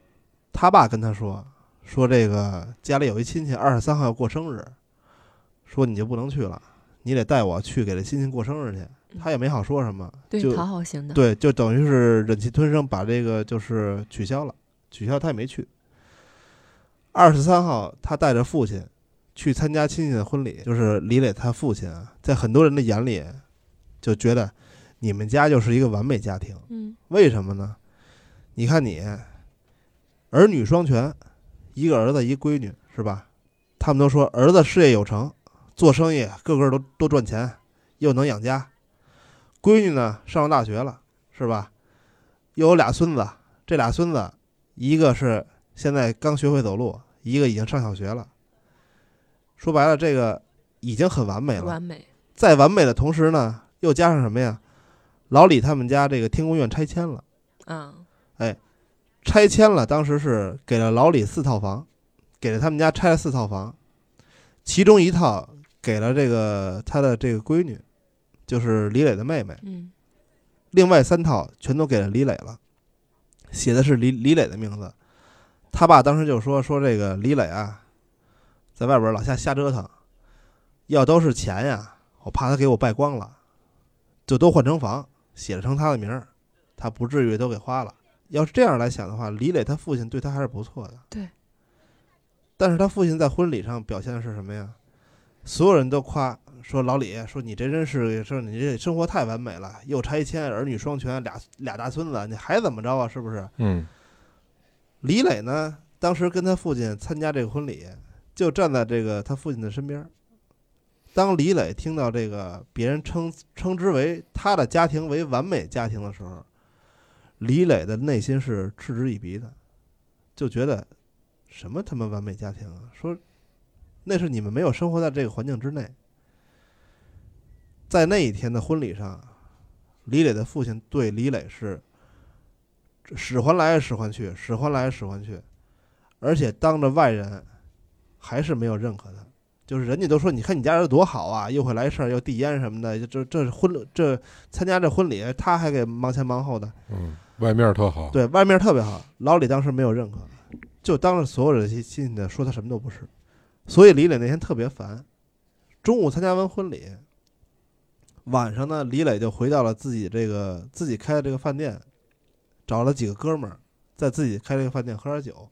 A: 他爸跟他说，说这个家里有一亲戚二十三号要过生日，说你就不能去了，你得带我去给这亲戚过生日去。他也没好说什么，
C: 嗯对
A: 就
C: 讨好型的，
A: 对，就等于是忍气吞声，把这个就是取消了，取消他也没去。二十三号，他带着父亲去参加亲戚的婚礼，就是李磊他父亲啊，在很多人的眼里，就觉得你们家就是一个完美家庭，
C: 嗯
A: 为什么呢？你看你，儿女双全，一个儿子一个闺女，是吧？他们都说儿子事业有成，做生意个个都都赚钱，又能养家；闺女呢上了大学了，是吧？又有俩孙子，这俩孙子一个是现在刚学会走路，一个已经上小学了。说白了，这个已经很完美了，
C: 完美，
A: 在完美的同时呢，又加上什么呀？老李他们家这个天宫院拆迁了，
C: 嗯
A: 哎拆迁了，当时是给了老李四套房，给了他们家拆了四套房，其中一套给了这个他的这个闺女，就是李磊的妹妹，
C: 嗯
A: 另外三套全都给了李磊了，写的是李李磊的名字。他爸当时就说说这个李磊啊，在外边老瞎瞎折腾，要都是钱呀，我怕他给我败光了，就都换成房，写了成他的名儿，他不至于都给花了。要是这样来想的话，李磊他父亲对他还是不错的。
C: 对。
A: 但是他父亲在婚礼上表现的是什么呀？所有人都夸说老李，说你这真是说你这生活太完美了，又拆迁，儿女双全，俩俩大孙子，你还怎么着啊？是不是？
B: 嗯
A: 李磊呢，当时跟他父亲参加这个婚礼，就站在这个他父亲的身边儿。当李磊听到这个别人称称之为他的家庭为完美家庭的时候，李磊的内心是嗤之以鼻的，就觉得什么他妈完美家庭啊？说那是你们没有生活在这个环境之内。在那一天的婚礼上，李磊的父亲对李磊是使唤来使唤去，使唤来使唤去，而且当着外人还是没有认可他。就是人家都说，你看你家人多好啊，又会来事儿，又递烟什么的，这这婚这参加这婚礼，他还给忙前忙后的，
B: 嗯，外面特好，
A: 对外面特别好。老李当时没有认可，就当着所有人亲戚说他什么都不是，所以李磊那天特别烦。中午参加完婚礼，晚上呢，李磊就回到了自己这个自己开的这个饭店，找了几个哥们儿，在自己开这个饭店喝点酒。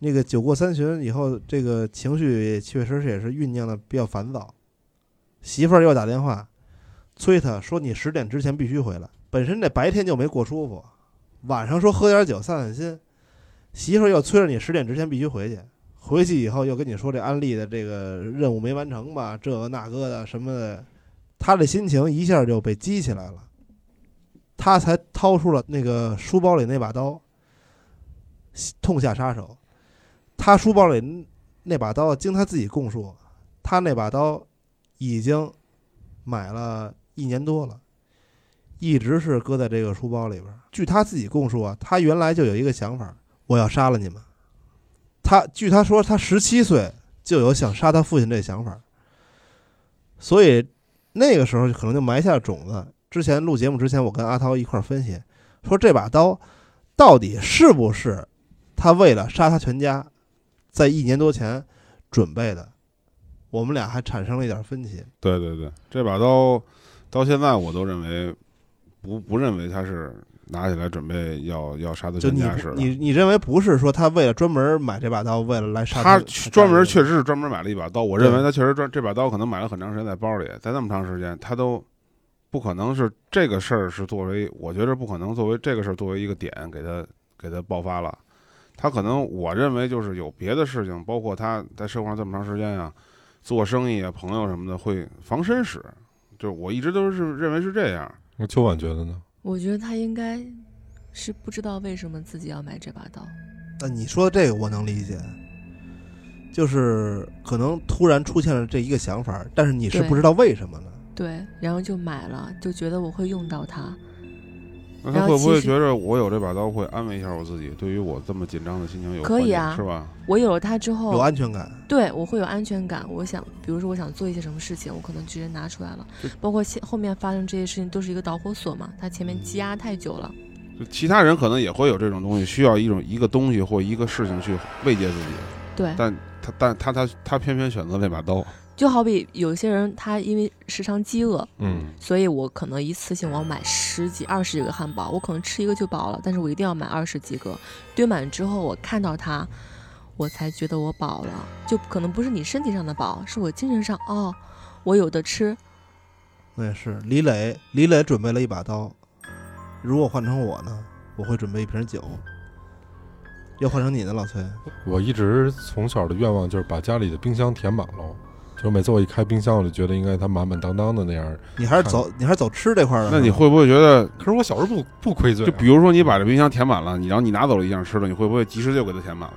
A: 那个酒过三巡以后，这个情绪也确实是也是酝酿的比较烦躁。媳妇儿又打电话催他说：“你十点之前必须回来。”本身这白天就没过舒服，晚上说喝点酒散散心，媳妇儿又催着你十点之前必须回去。回去以后又跟你说这安利的这个任务没完成吧，这个那个的什么的，他这心情一下就被激起来了。他才掏出了那个书包里那把刀，痛下杀手。他书包里那把刀，经他自己供述，他那把刀已经买了一年多了，一直是搁在这个书包里边儿。据他自己供述啊，他原来就有一个想法，我要杀了你们。他据他说，他十七岁就有想杀他父亲这想法，所以那个时候可能就埋下了种子。之前录节目之前，我跟阿涛一块儿分析，说这把刀到底是不是他为了杀他全家在一年多前准备的，我们俩还产生了一点分歧。
E: 对对对，这把刀到现在我都认为不不认为他是拿起来准备要要杀他
A: 就
E: 全
A: 你
E: 家似
A: 你
E: 的。
A: 你认为不是说他为了专门买这把刀，为了来杀
E: 他
A: 他
E: 专门
A: 家
E: 确
A: 人
E: 实是专门买了一把刀，我认为他确实专这把刀可能买了很长时间在包里，在那么长时间他都不可能是这个事儿是作为，我觉得不可能作为这个事儿作为一个点给他给他爆发了，他可能我认为就是有别的事情，包括他在社会上这么长时间啊，做生意啊、朋友什么的会防身使，就是我一直都是认为是这样。
B: 那秋婉觉得呢？
C: 我觉得他应该是不知道为什么自己要买这把刀。
A: 那你说的这个我能理解，就是可能突然出现了这一个想法，但是你是
C: 对
A: 不知道为什么呢？
C: 对，然后就买了，就觉得我会用到它。
E: 那他
C: 然
E: 会
C: 后
E: 不会
C: 其实
E: 觉得我有这把刀会安慰一下我自己？对于我这么紧张的心情有
C: 可以
E: 缓解
C: 啊
E: 是吧？
C: 我有了它之后，
A: 有安全感，
C: 对我会有安全感。我想，比如说我想做一些什么事情，我可能直接拿出来了
E: 就。
C: 包括现后面发生这些事情都是一个导火索嘛，它前面积压太久了。
E: 就其他人可能也会有这种东西，需要一种一个东西或一个事情去慰藉自己，
C: 对，
E: 但他但他他他偏偏选择这把刀，
C: 就好比有些人他因为时常饥饿，
B: 嗯，
C: 所以我可能一次性我要买十几、二十几个汉堡，我可能吃一个就饱了，但是我一定要买二十几个，堆满之后我看到它，我才觉得我饱了，就可能不是你身体上的饱，是我精神上哦，我有的吃，
A: 那也是。李磊，李磊准备了一把刀，如果换成我呢，我会准备一瓶酒。要换成你呢，老崔，
B: 我一直从小的愿望就是把家里的冰箱填满喽，就是每次我一开冰箱，我就觉得应该它满满当当的那样。
A: 你还是走，你还是走吃这块儿的。
E: 那你会不会觉得，
B: 可是我小时候不不亏罪啊、
E: 就比如说你把这冰箱填满了，你然后你拿走了一样吃的，你会不会及时就给它填满了？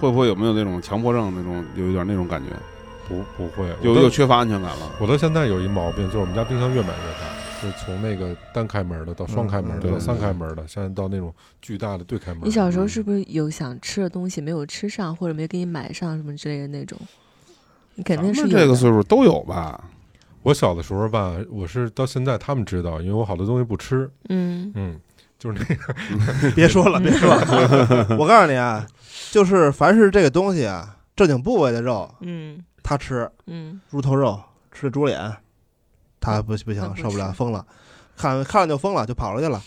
E: 会不会有没有那种强迫症那种有一点那种感觉，
B: 不不会，我
E: 又
B: 到
E: 又缺乏安全感了？
B: 我到现在有一毛病，就是我们家冰箱越买越大，就是从那个单开门的到双开门
A: 嗯
B: 的
E: 嗯
B: 到三开门的，现在到那种巨大的对开门的。
C: 你小时候是不是有想吃的东西没有吃上，或者没给你买上什么之类的那种？你肯定是
E: 咱
C: 有
E: 们这个
C: 的
E: 岁数都有吧？
B: 我小的时候吧，我是到现在他们知道，因为我好多东西不吃，
C: 嗯，
B: 嗯，就是那个
A: (laughs) 别
C: (laughs)
B: (laughs)
A: 说了，别说了。 (laughs) 我告诉你啊，就是凡是这个东西啊，正经部位的肉，
C: 嗯
A: 他吃，
C: 嗯，
A: 猪头肉，吃猪脸，他不不
C: 他
A: 行，
C: 不
A: 受不了，
C: 吃
A: 疯了，看看着就疯了，就跑出去了。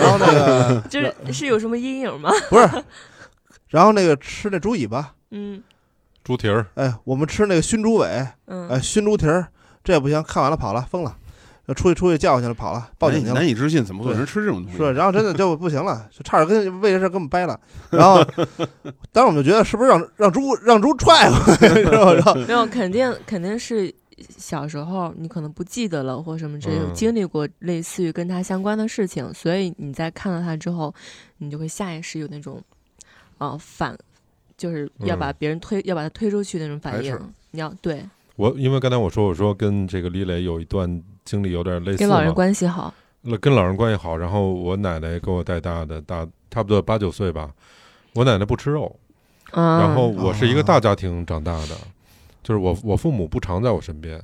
A: 然后那个
C: 呃 (laughs) 就是是有什么阴影吗？
A: 不是，然后那个吃那猪尾巴，
E: (laughs)
C: 嗯
B: 猪蹄儿，
A: 哎，我们吃那个熏猪尾，
C: 嗯
A: 哎，熏猪蹄儿，这不行，看完了跑了，疯了，就出去出去叫去了，跑了，报警去
E: 难以
A: 了
E: 难。以置信，怎么会有人吃这种东西？
A: 是，然后真的就不行了，就差点跟为这事儿跟我们掰了。 (laughs) 然后，当时我们就觉得是不是让让猪让猪踹我， (laughs) 知道吗？然后
C: 没有，肯定肯定是小时候你可能不记得了或什么之类的，
B: 嗯
C: 经历过类似于跟他相关的事情，所以你在看到他之后，你就会下意识有那种，
E: 嗯
C: 呃，反，就是要把别人推，要把他推出去那种反
B: 排斥
C: 应。你要对，
B: 我因为刚才我说我说跟这个李磊有一段经历有点类似
C: 跟老人
B: 嘛
C: 关系好，
B: 那跟老人关系好，然后我奶奶给我带大的，大差不多八九岁吧。我奶奶不吃肉，
C: 嗯，
B: 然后我是一
A: 哦
B: 个大家庭长大的，就是我我父母不常在我身边，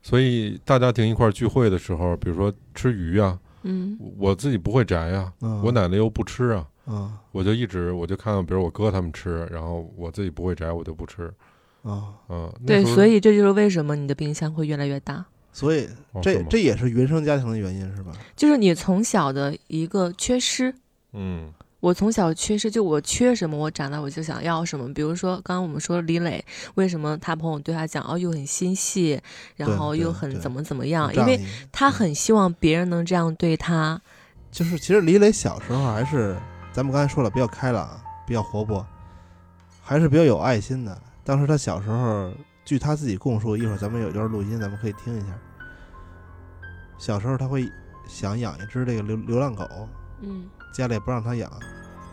B: 所以大家庭一块儿聚会的时候，比如说吃鱼啊，
C: 嗯
B: 我自己不会摘啊，
A: 嗯
B: 我奶奶又不吃啊，
A: 啊
B: 我就一直我就看看，比如我哥他们吃，然后我自己不会摘，我就不吃。
A: 啊，
B: 嗯，那
C: 对，
B: 时候
C: 所以这就是为什么你的冰箱会越来越大，
A: 所以
B: 哦是
A: 这
B: 吗
A: 这也是原生家庭的原因是吧？
C: 就是你从小的一个缺失。
B: 嗯
C: 我从小缺失，就我缺什么，我长大我就想要什么。比如说，刚刚我们说李磊，为什么他朋友对他讲，哦，又很心细，然
A: 对
C: 后
A: 对
C: 又很
A: 对
C: 怎么怎么
A: 我
C: 样，因
A: 仗
C: 为
A: 义
C: 他很希望别人能这样对他。
A: 就是其实李磊小时候还是咱们刚才说了比较开朗，比较活泼，还是比较有爱心的。当时他小时候，据他自己供述，一会儿咱们有一段录音，咱们可以听一下。小时候他会想养一只这个流流浪狗，
C: 嗯，
A: 家里也不让他养，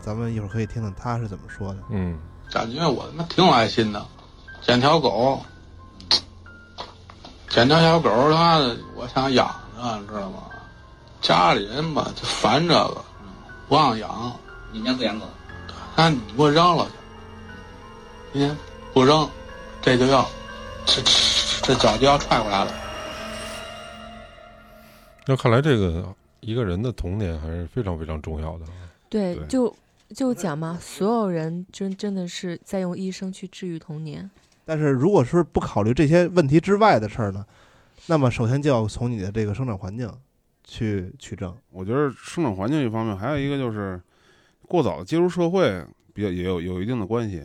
A: 咱们一会儿可以听听他是怎么说的。
B: 嗯，
H: 感觉我他妈挺有爱心的，捡条狗，捡条小狗他妈的，我想养着，知道吗？家里人吧就烦这个，不让养，
I: 你们家不养狗？
H: 那你给我扔了去。今天不扔，这就要，这这脚就要踹过来了。
B: 那看来这个一个人的童年还是非常非常重要的。啊
C: 对，
E: 对
C: 就就讲嘛，所有人真真的是在用一生去治愈童年。
A: 但是如果是不考虑这些问题之外的事儿呢，那么首先就要从你的这个生长环境去取证。
E: 我觉得生长环境一方面，还有一个就是过早的接触社会，比较也有有一定的关系。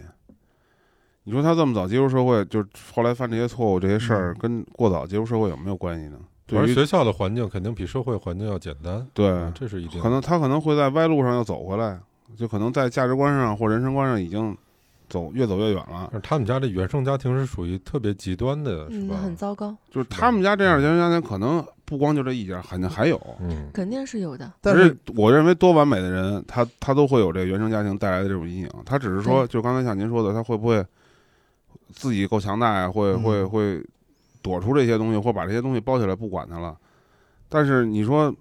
E: 你说他这么早接触社会，就是后来犯这些错误这些事儿，
A: 嗯
E: 跟过早接触社会有没有关系呢？
B: 而
E: 对于
B: 学校的环境肯定比社会环境要简单，嗯
E: 对，
B: 这是一定的。
E: 可能他可能会在歪路上又走回来，就可能在价值观上或人生观上已经走越走越远了。
B: 但是他们家这原生家庭是属于特别极端的，是
C: 嗯，
B: 吧？
C: 很糟糕，
E: 就是他们家这样的原生家庭，可能不光就这一家，肯定还有。
B: 嗯，
C: 肯定是有的。
A: 但
E: 而
A: 是
E: 且我认为多完美的人，他他都会有这个原生家庭带来的这种阴影。他只是说，就刚才像您说的，他会不会自己够强大呀？会
A: 嗯
E: 会会躲出这些东西，或把这些东西包起来不管它了。但是你说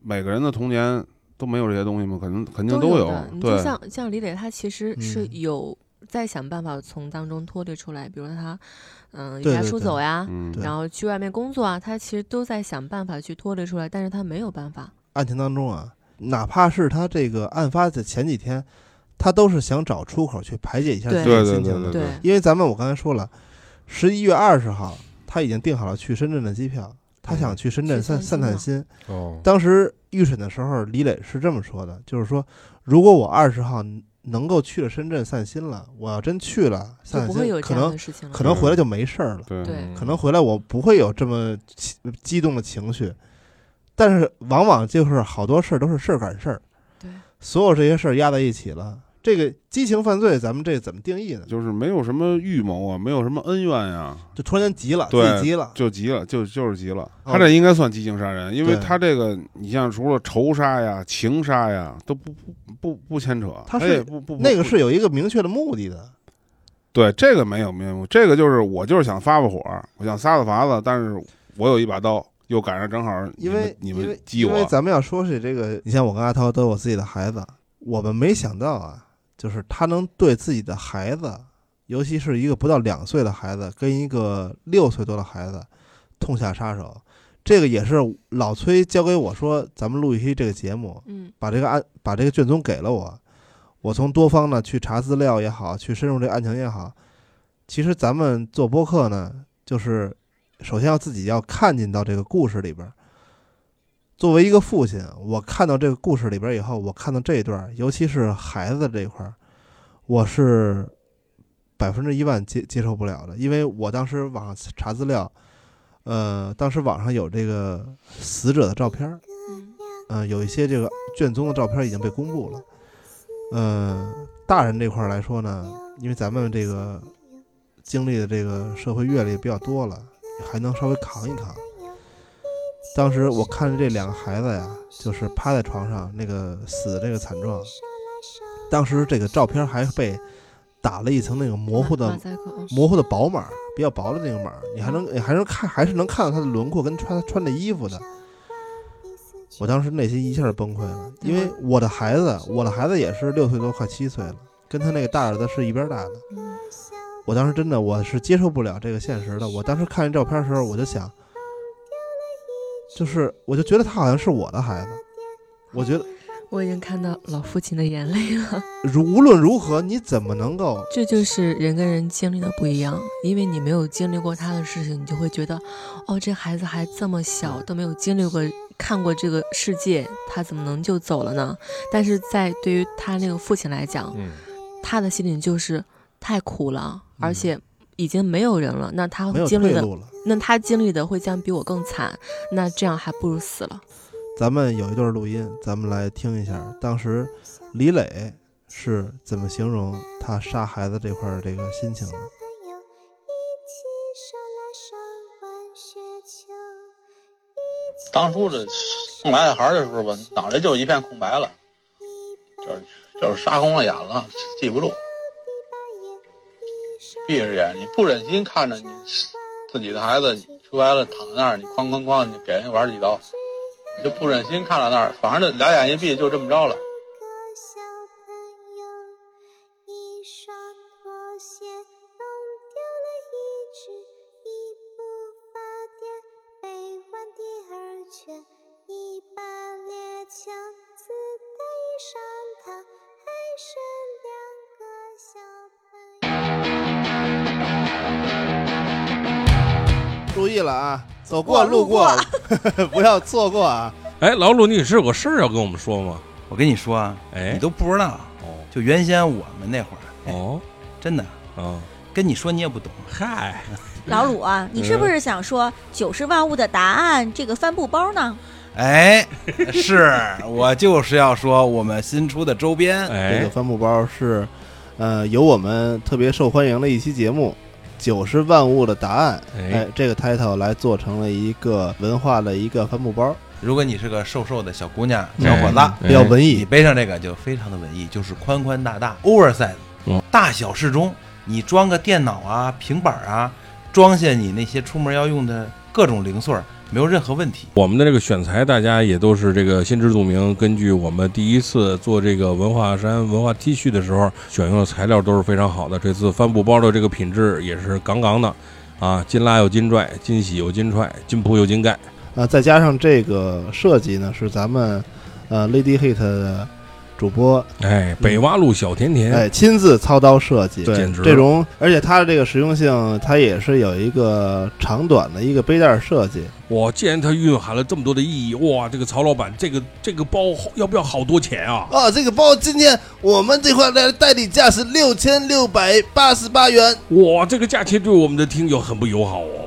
E: 每个人的童年都没有这些东西吗？可能肯定
C: 都
E: 有
C: 的。。你就
E: 对，
C: 像像李磊，他其实是
A: 嗯
C: 有在想办法从当中脱离出来，比如说他，嗯，离
A: 对
C: 家
A: 对
C: 出
A: 对
C: 走呀，
E: 嗯，
A: 对
C: 然后去外面工作啊，他其实都在想办法去脱离出来，但是他没有办法。
A: 案情当中啊，哪怕是他这个案发的前几天，他都是想找出口去排解一下自
C: 对
A: 己
E: 对
A: 的
E: 对
A: 心
E: 对
A: 情的。
E: 对，
A: 因为咱们我刚才说了，十一月二十号他已经订好了去深圳的机票，他想去深圳
C: 去
A: 散
C: 散
A: 散
C: 心
A: 散
C: 嘛
A: 心。
B: 哦，
A: 当时预审的时候，李磊是这么说的，就是说，如果我二十号能够去了深圳散心了，我要真去了
C: 就
A: 散
C: 不
A: 散
C: 会有
A: 心，
C: 这
A: 可
C: 样
A: 能
C: 的事情了。
A: 可能回来就没事儿了。
E: 对
C: 对
B: 嗯
A: 可能回来我不会有这么激激动的情绪，但是往往就是好多事儿都是事儿赶事儿，
C: 对，
A: 所有这些事儿压在一起了。这个激情犯罪，咱们这怎么定义呢？
E: 就是没有什么预谋啊，没有什么恩怨呀、
A: 就突然间急了，自
E: 对
A: 己急了，
E: 就急了，就就是急了。
A: 哦
E: 他这应该算激情杀人，因为
A: 对
E: 他这个，你像除了仇杀呀、情杀呀，都不不不不牵扯。
A: 他
E: 他
A: 是
E: 也不不不
A: 那个
E: 不
A: 是有一个明确的目的的。
E: 对这个没有没有，这个就是我就是想发发火，我想撒撒法子，但是我有一把刀，又赶上正好你
A: 因
E: 们
A: 为
E: 你
A: 因
E: 们
A: 为
E: 激
A: 因为
E: 我，
A: 咱们要说起这个，你像我跟阿涛都有自己的孩子，我们没想到啊，就是他能对自己的孩子，尤其是一个不到两岁的孩子跟一个六岁多的孩子痛下杀手，这个也是老崔交给我说，咱们录一期这个节目，
C: 嗯，
A: 把这个案把这个卷宗给了我，我从多方呢去查资料也好，去深入这个案情也好，其实咱们做播客呢，就是首先要自己要看进到这个故事里边儿。作为一个父亲，我看到这个故事里边儿以后，我看到这一段儿，尤其是孩子这一块儿，我是百分之一万接接受不了的，因为我当时网上查资料，呃，当时网上有这个死者的照片儿，嗯、有一些这个卷宗的照片已经被公布了。呃，大人这块儿来说呢，因为咱们这个经历的这个社会阅历比较多了，还能稍微扛一扛。当时我看着这两个孩子呀，就是趴在床上那个死的这个惨状，当时这个照片还被打了一层那个模糊的
C: 马赛克，嗯
A: 模糊的薄码，比较薄的那个码儿，你还能你还能看还是能看到它的轮廓跟穿穿的衣服的。我当时内心一下就崩溃了，因为我的孩子，我的孩子也是六岁多，快七岁了，跟他那个大儿子是一边大的。我当时真的我是接受不了这个现实的。我当时看见照片的时候，我就想，就是我就觉得他好像是我的孩子。我觉得
C: 我已经看到老父亲的眼泪了。
A: 如无论如何，你怎么能够
C: 这就是人跟人经历的不一样，因为你没有经历过他的事情，你就会觉得，哦，这孩子还这么小，都没有经历过、看过这个世界，他怎么能就走了呢？但是在对于他那个父亲来讲，
B: 嗯，
C: 他的心里就是太苦了，而且已经没有人了，那他
A: 嗯没有
C: 经历
A: 退
C: 的，
A: 路了？
C: 那他经历的会将比我更惨，那这样还不如死了。
A: 咱们有一段录音，咱们来听一下，当时李磊是怎么形容他杀孩子这块儿这个心情的。
H: 当初这生俩小孩的时候吧，脑袋就一片空白了，就是就是杀红了眼了，记不住。闭着眼，你不忍心看着你自己的孩子出来了，躺在那儿，你哐哐哐，你给人家玩几刀，你就不忍心看着那儿，反正这俩眼一闭，就这么着了。
A: 注意了啊，走过路过 (laughs) 不要错过啊！
I: 哎，老鲁，你是有事儿要跟我们说吗？
J: 我跟你说啊，
I: 哎
J: 你都不知道，
I: 哦
J: 就原先我们那会儿，哎，
I: 哦
J: 真的
I: 啊，
J: 跟你说你也不懂。
I: 嗨，嗯
F: 老鲁啊，你是
J: 嗯
F: 不是想说《九十万物的答案》这个帆布包呢？
J: 哎，是我就是要说我们新出的周边，
A: 这个
I: 哎，
A: 帆布包是，呃，有我们特别受欢迎的一期节目《九十万物的答案》，
I: 哎
A: 哎，这个 title 来做成了一个文化的一个帆布包，
J: 如果你是个瘦瘦的小姑娘、小伙子，
I: 哎
A: 比较文
J: 你
A: 艺。
J: 背上这个就非常的文艺，就是宽宽大大，oversize，
I: 嗯
J: 大小适中。你装个电脑啊、平板啊，装下你那些出门要用的各种零碎儿，没有任何问题。
I: 我们的这个选材，大家也都是这个心知肚明。根据我们第一次做这个文化衫、文化 T 恤的时候，选用的材料都是非常好的。这次帆布包的这个品质也是杠杠的，啊，金拉有金拽，金洗有金踹，金铺有金盖。
A: 呃，再加上这个设计呢，是咱们呃 Lady Hit 的主播
I: 哎，北洼路小甜甜，
A: 哎亲自操刀设计，对
I: 简直
A: 这种，而且它的这个实用性，它也是有一个长短的一个背带设计。
I: 哇，既然它蕴含了这么多的意义，哇，这个曹老板，这个这个包要不要好多钱啊？
A: 啊，这个包今天我们这块的代理价是六千六百八十八元。
I: 哇，这个价钱对我们的听友很不友好哦。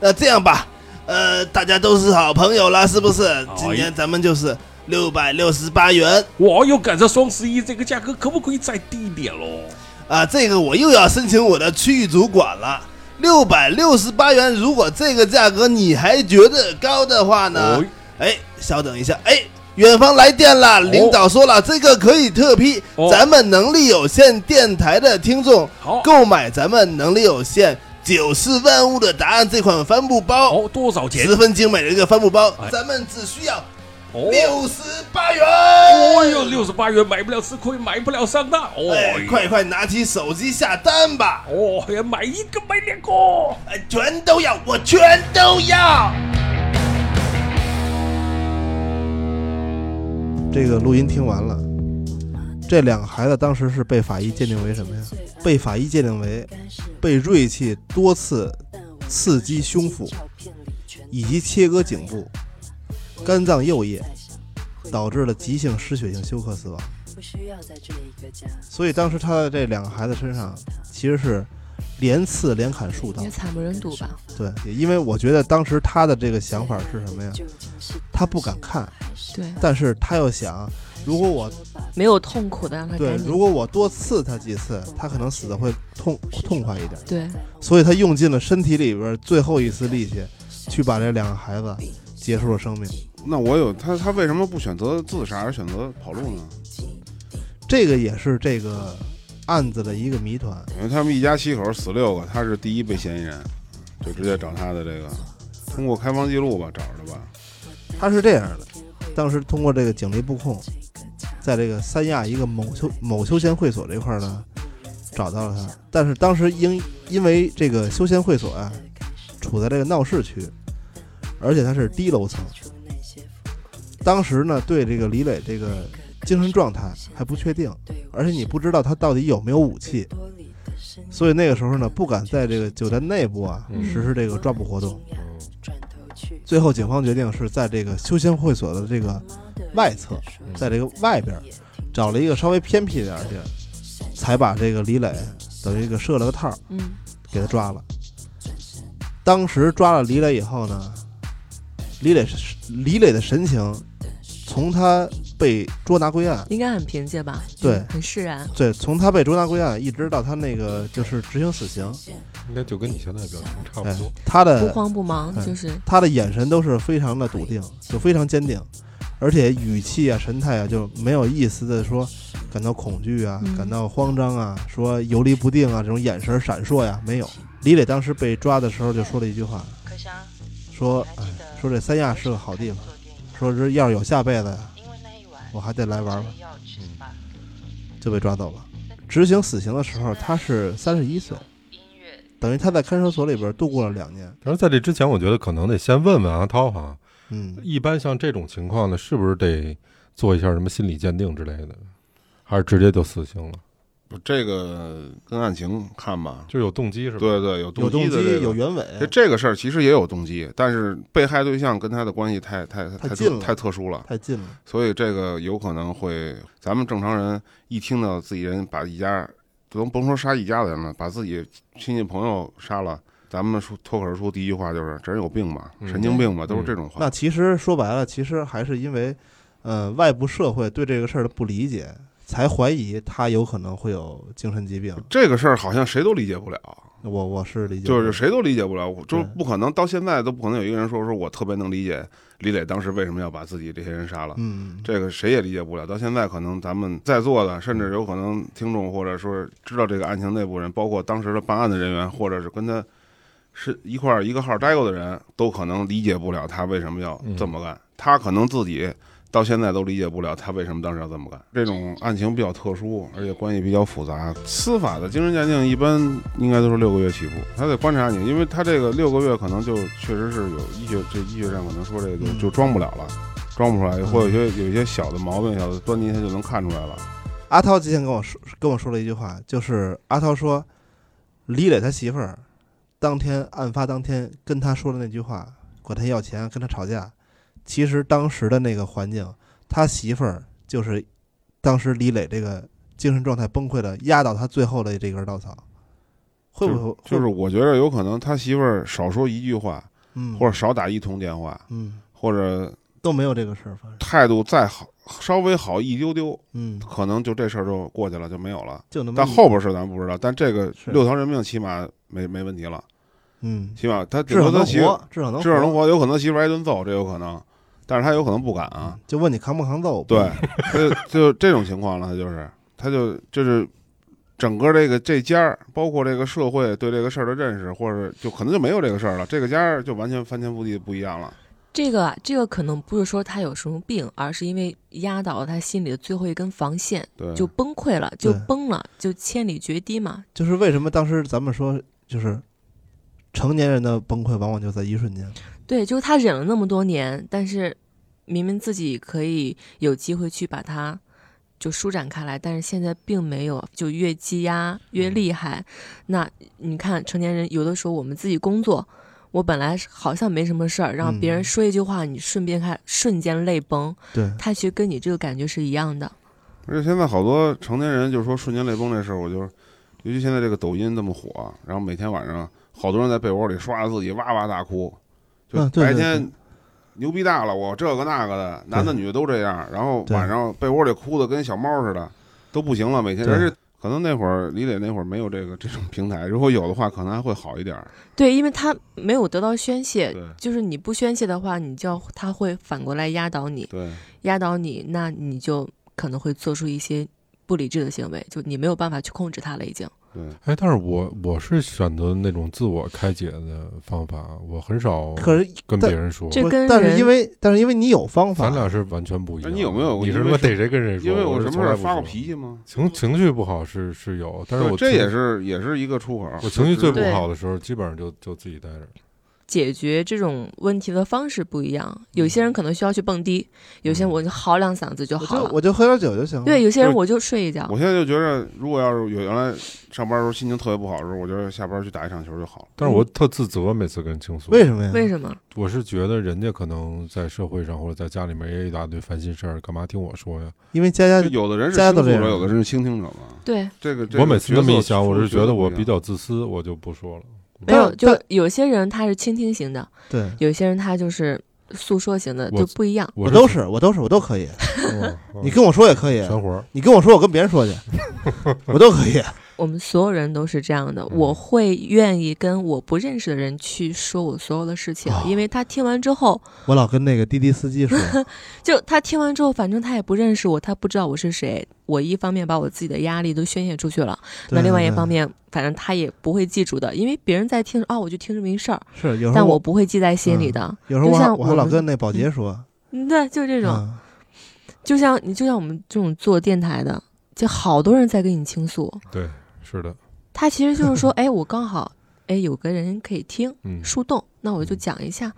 A: 那这样吧，呃，大家都是好朋友啦，是不是
I: 好？
A: 今天咱们就是六百六十八元
I: 哇，又赶上双十一，这个价格可不可以再低一点喽？
A: 啊，这个我又要申请我的区域主管了。六百六十八元，如果这个价格你还觉得高的话呢
I: 哦？
A: 哎，稍等一下，哎，远方来电啦，领导说了，这个可以特批，
I: 哦
A: 咱们能力有限电台的听众
I: 好，
A: 购买咱们能力有限九四万物的答案这款帆布包，
I: 好多少钱？
A: 十分精美的一个帆布包
I: 哎，
A: 咱们只需要
I: 哦
A: 六十八
I: 哦哟，
A: 元。
I: 六十八元买不了吃亏，买不了上当。哦，
A: 哎，快！快拿起手机下单吧！
I: 哦，要买一个，买两个。
A: 哎，全都要，我全都要。这个录音听完了，这两个孩子当时是被法医鉴定为什么呀？被法医鉴定为被锐器多次刺击胸腹，以及切割颈部、肝脏右叶，导致了急性失血性休克死亡。所以当时他的这两个孩子身上其实是连刺连砍数刀
C: 也，惨不忍睹吧？
A: 对，也因为我觉得当时他的这个想法是什么呀？他不敢看，
C: 对，
A: 但是他又想，如果我
C: 没有痛苦的让他
A: 对
C: 赶，紧。
A: 如果我多刺他几次，他可能死的会痛痛快一点，
C: 对，
A: 所以他用尽了身体里边最后一丝力气，去把这两个孩子结束了生命。
E: 那我有他，他为什么不选择自杀而选择跑路呢？
A: 这个也是这个案子的一个谜团。
E: 因为他们一家七口死六个，他是第一被嫌疑人，就直接找他的这个，通过开房记录吧找着的吧。
A: 他是这样的，当时通过这个警力布控，在这个三亚一个某休某休闲会所这块儿呢，找到了他。但是当时因因为这个休闲会所啊，处在这个闹市区，而且它是低楼层。当时呢，对这个李磊这个精神状态还不确定，而且你不知道他到底有没有武器，所以那个时候呢，不敢在这个酒店内部啊
B: 嗯
A: 实施这个抓捕活动。最后，警方决定是在这个休闲会所的这个外侧，在这个外边儿找了一个稍微偏僻一点儿的地儿，才把这个李磊等于给设了个套儿，
C: 嗯
A: 给他抓了。当时抓了李磊以后呢，李磊是李磊的神情，从他被捉拿归案，
C: 应该很凭借吧？
A: 对
C: 嗯很释然。
A: 对，从他被捉拿归案一直到他那个就是执行死刑，
B: 应该就跟你现在表情差不多
A: 哎。他的
C: 不慌不忙
A: 哎
C: 就是
A: 他的眼神都是非常的笃定，就非常坚定，而且语气啊、神态啊，就没有一丝的说感到恐惧啊、
B: 嗯
A: 感到慌张啊、说游离不定啊这种眼神闪烁呀、没有。李磊当时被抓的时候就说了一句话，说：“哎，说这三亚是个好地方，说这要是有下辈子呀，我还得来玩玩。”就被抓走了。执行死刑的时候，他是三十一岁，等于他在看守所里边度过了两年。
B: 然后在这之前，我觉得可能得先问问阿涛哈，
A: 嗯，
B: 一般像这种情况呢，是不是得做一下什么心理鉴定之类的，还是直接就死刑了？
E: 不这个跟案情看吧，
B: 就有动机是吧？
E: 对对，有动
A: 有动
E: 的、这
A: 机
E: 个
A: 有原委
E: 这这个事儿其实也有动机，但是被害对象跟他的关系太太太
A: 太
E: 特
A: 近了
E: 太特殊了，
A: 太近了。
E: 所以这个有可能会，咱们正常人一听到自己人把一家，甭甭说杀一家子人了，把自己亲戚朋友杀了，咱们说脱口而出第一句话就是“这人有病吧，
B: 嗯
E: 神经病吧”，都是这种话。
A: 那其实说白了，其实还是因为，呃，外部社会对这个事儿的不理解，才怀疑他有可能会有精神疾病。
E: 这个事儿好像谁都理解不了，
A: 我我是理解不
E: 就
A: 了，
E: 是谁都理解不了，我就
A: 对
E: 是不可能到现在都不可能有一个人说说我特别能理解李磊当时为什么要把自己这些人杀了，
A: 嗯，
E: 这个谁也理解不了。到现在可能咱们在座的，甚至有可能听众或者说是知道这个案情内部人，包括当时的办案的人员，或者是跟他是一块儿一个号待过的人，都可能理解不了他为什么要这么干，他可能自己。到现在都理解不了他为什么当时要这么干。这种案情比较特殊，而且关系比较复杂。司法的精神鉴定一般应该都是六个月起步，他得观察你，因为他这个六个月可能就确实是有医学这医学上可能说这个就就装不了了，装不出
A: 嗯
E: 来，或者有些有一些小的毛病、小的端倪，他就能看出来了。
A: 阿涛之前跟我说跟我说了一句话，就是阿涛说，李磊他媳妇儿当天案发当天跟他说的那句话，管他要钱，跟他吵架。其实当时的那个环境，他媳妇儿就是当时李磊这个精神状态崩溃的压倒他最后的这根稻草。会不会
E: 就是我觉得有可能他媳妇儿少说一句话，
A: 嗯
E: 或者少打一通电话，
A: 嗯，
E: 或者
A: 都没有这个事儿发生，
E: 态度再好，稍微好一丢丢，
A: 嗯，
E: 可能就这事儿就过去了，就没有了。
A: 就那么
E: 但
A: 一
E: 后边事儿咱不知道，但这个
A: 是
E: 六条人命起码没没问题了，
A: 嗯，
E: 起码他
A: 至少
E: 顶多他
A: 能
E: 媳妇
A: 活，至少能
E: 至少能
A: 活。
E: 活，有可能媳妇挨顿揍，这有可能，但是他有可能不敢啊。
A: 就问你扛不扛揍？
E: 对，他就就这种情况了，他就是，他就就是整个这个这家儿，包括这个社会对这个事儿的认识，或者就可能就没有这个事儿了，这个家儿就完全翻天覆地不一样了。
C: 这个啊，这个可能不是说他有什么病，而是因为压倒了他心里的最后一根防线
E: 对，
C: 就崩溃了，就
A: 对
C: 崩了，就千里决堤嘛。
A: 就是为什么当时咱们说，就是成年人的崩溃往往就在一瞬间。
C: 对，就是他忍了那么多年，但是明明自己可以有机会去把它就舒展开来，但是现在并没有，就越积压越厉害。那你看，成年人有的时候我们自己工作，我本来是好像没什么事儿，让别人说一句话，你顺便看瞬间泪崩，
A: 嗯对
C: 他其实跟你这个感觉是一样的。
E: 而且现在好多成年人就说瞬间泪崩这事儿，我就是，尤其现在这个抖音这么火，然后每天晚上好多人在被窝里刷着自己哇哇大哭，就
A: 啊对
E: 白
A: 对
E: 天牛逼大了，我这个那个的，男的女的都这样，然后
A: 对
E: 晚上被窝里哭的跟小猫似的，都不行了，每天。
A: 对
E: 而且可能那会儿李磊那会儿没有这个这种平台，如果有的话，可能还会好一点儿。
C: 对，因为他没有得到宣泄
E: 对，
C: 就是你不宣泄的话，你就要他会反过来压倒你，
E: 对，
C: 压倒你，那你就可能会做出一些。不理智的行为，就你没有办法去控制它了，已经。
E: 对，
B: 哎，但是我我是选择那种自我开解的方法，我很少
A: 可是
B: 哦跟
A: 但
B: 别人说。
C: 这跟
A: 但是
C: 人
A: 因为但是因为你有方法
B: 咱，俩是完全不一
E: 那
B: 样。
E: 你有没有？
B: 你是
E: 因为
B: 说逮谁跟谁说？
E: 因为
B: 我
E: 我
B: 是
E: 什么
B: 从
E: 时
B: 来
E: 候
B: 不
E: 发过
B: 说
E: 脾气吗？
B: 情
A: 嗯
B: 情绪不好是是有，但是
E: 对
B: 我
E: 这
B: 情
E: 也是也是一个出口。
A: 啊
B: 我情绪最
E: 就是
B: 不好的时候，基本上就就自己待着。
C: 解决这种问题的方式不一样，有些人可能需要去蹦迪，有些人我就嚎两嗓子就
A: 我
C: 好
A: 就
C: 了。
A: 我就喝点酒就行了。
C: 对，有些人
E: 就是
C: 我就睡一觉。
E: 我现在就觉得，如果要是有原来上班的时候心情特别不好的时候，我觉得下班去打一场球就好了。
B: 但是我特自责，每次跟人倾诉。
A: 嗯为什么呀？
C: 为什么？
B: 我是觉得人家可能在社会上或者在家里面也有一大堆烦心事儿，干嘛听我说呀？
A: 因为佳佳
E: 就有的人是
A: 大家
E: 倾
A: 都
E: 诉
A: 这样
E: 者，有的人是倾听者嘛。
C: 对，
E: 这个，这
B: 我
E: 个
B: 每次
E: 角
B: 这么一
E: 色
B: 想，我是
E: 角
B: 觉
E: 色
B: 得
E: 不
B: 我
E: 一
B: 比
E: 样
B: 较自私，我就不说了。
C: 没有，
A: 但
C: 就
A: 但
C: 有些人他是倾听型的，
A: 对，
C: 有些人他就是诉说型的，
B: 我
C: 呃就不一样。
B: 我
A: 我都是我都是我都可以，
B: 嗯
A: (laughs) 你跟我说也可以，
B: 哦全活儿，
A: 你跟我说我跟别人说去，我都可以。
C: 我们所有人都是这样
A: 嗯
C: 的，我会愿意跟我不认识的人去说我所有的事情，
A: 哦
C: 因为他听完之后，
A: 我老跟那个滴滴司机说，
C: 就他听完之后，反正他也不认识我，他不知道我是谁。我一方面把我自己的压力都宣泄出去了，
A: 对
C: 那另外一方
A: 对
C: 面，反正他也不会记住的，因为别人在听，哦，我就听这么一事儿，
A: 是有时
C: 但
A: 候
C: 我不会记在心里的。
A: 嗯有时候我还
C: 就像
A: 我还
C: 我
A: 老
C: 们
A: 跟那保洁说，
C: 嗯对，就是这种，
A: 嗯
C: 就像你，就像我们这种做电台的，就好多人在跟你倾诉，
A: 啊
B: 对，是的，
C: 他其实就是说， (laughs) 哎，我刚好，哎，有个人可以听
B: 嗯，
C: 树洞，那我就讲一下。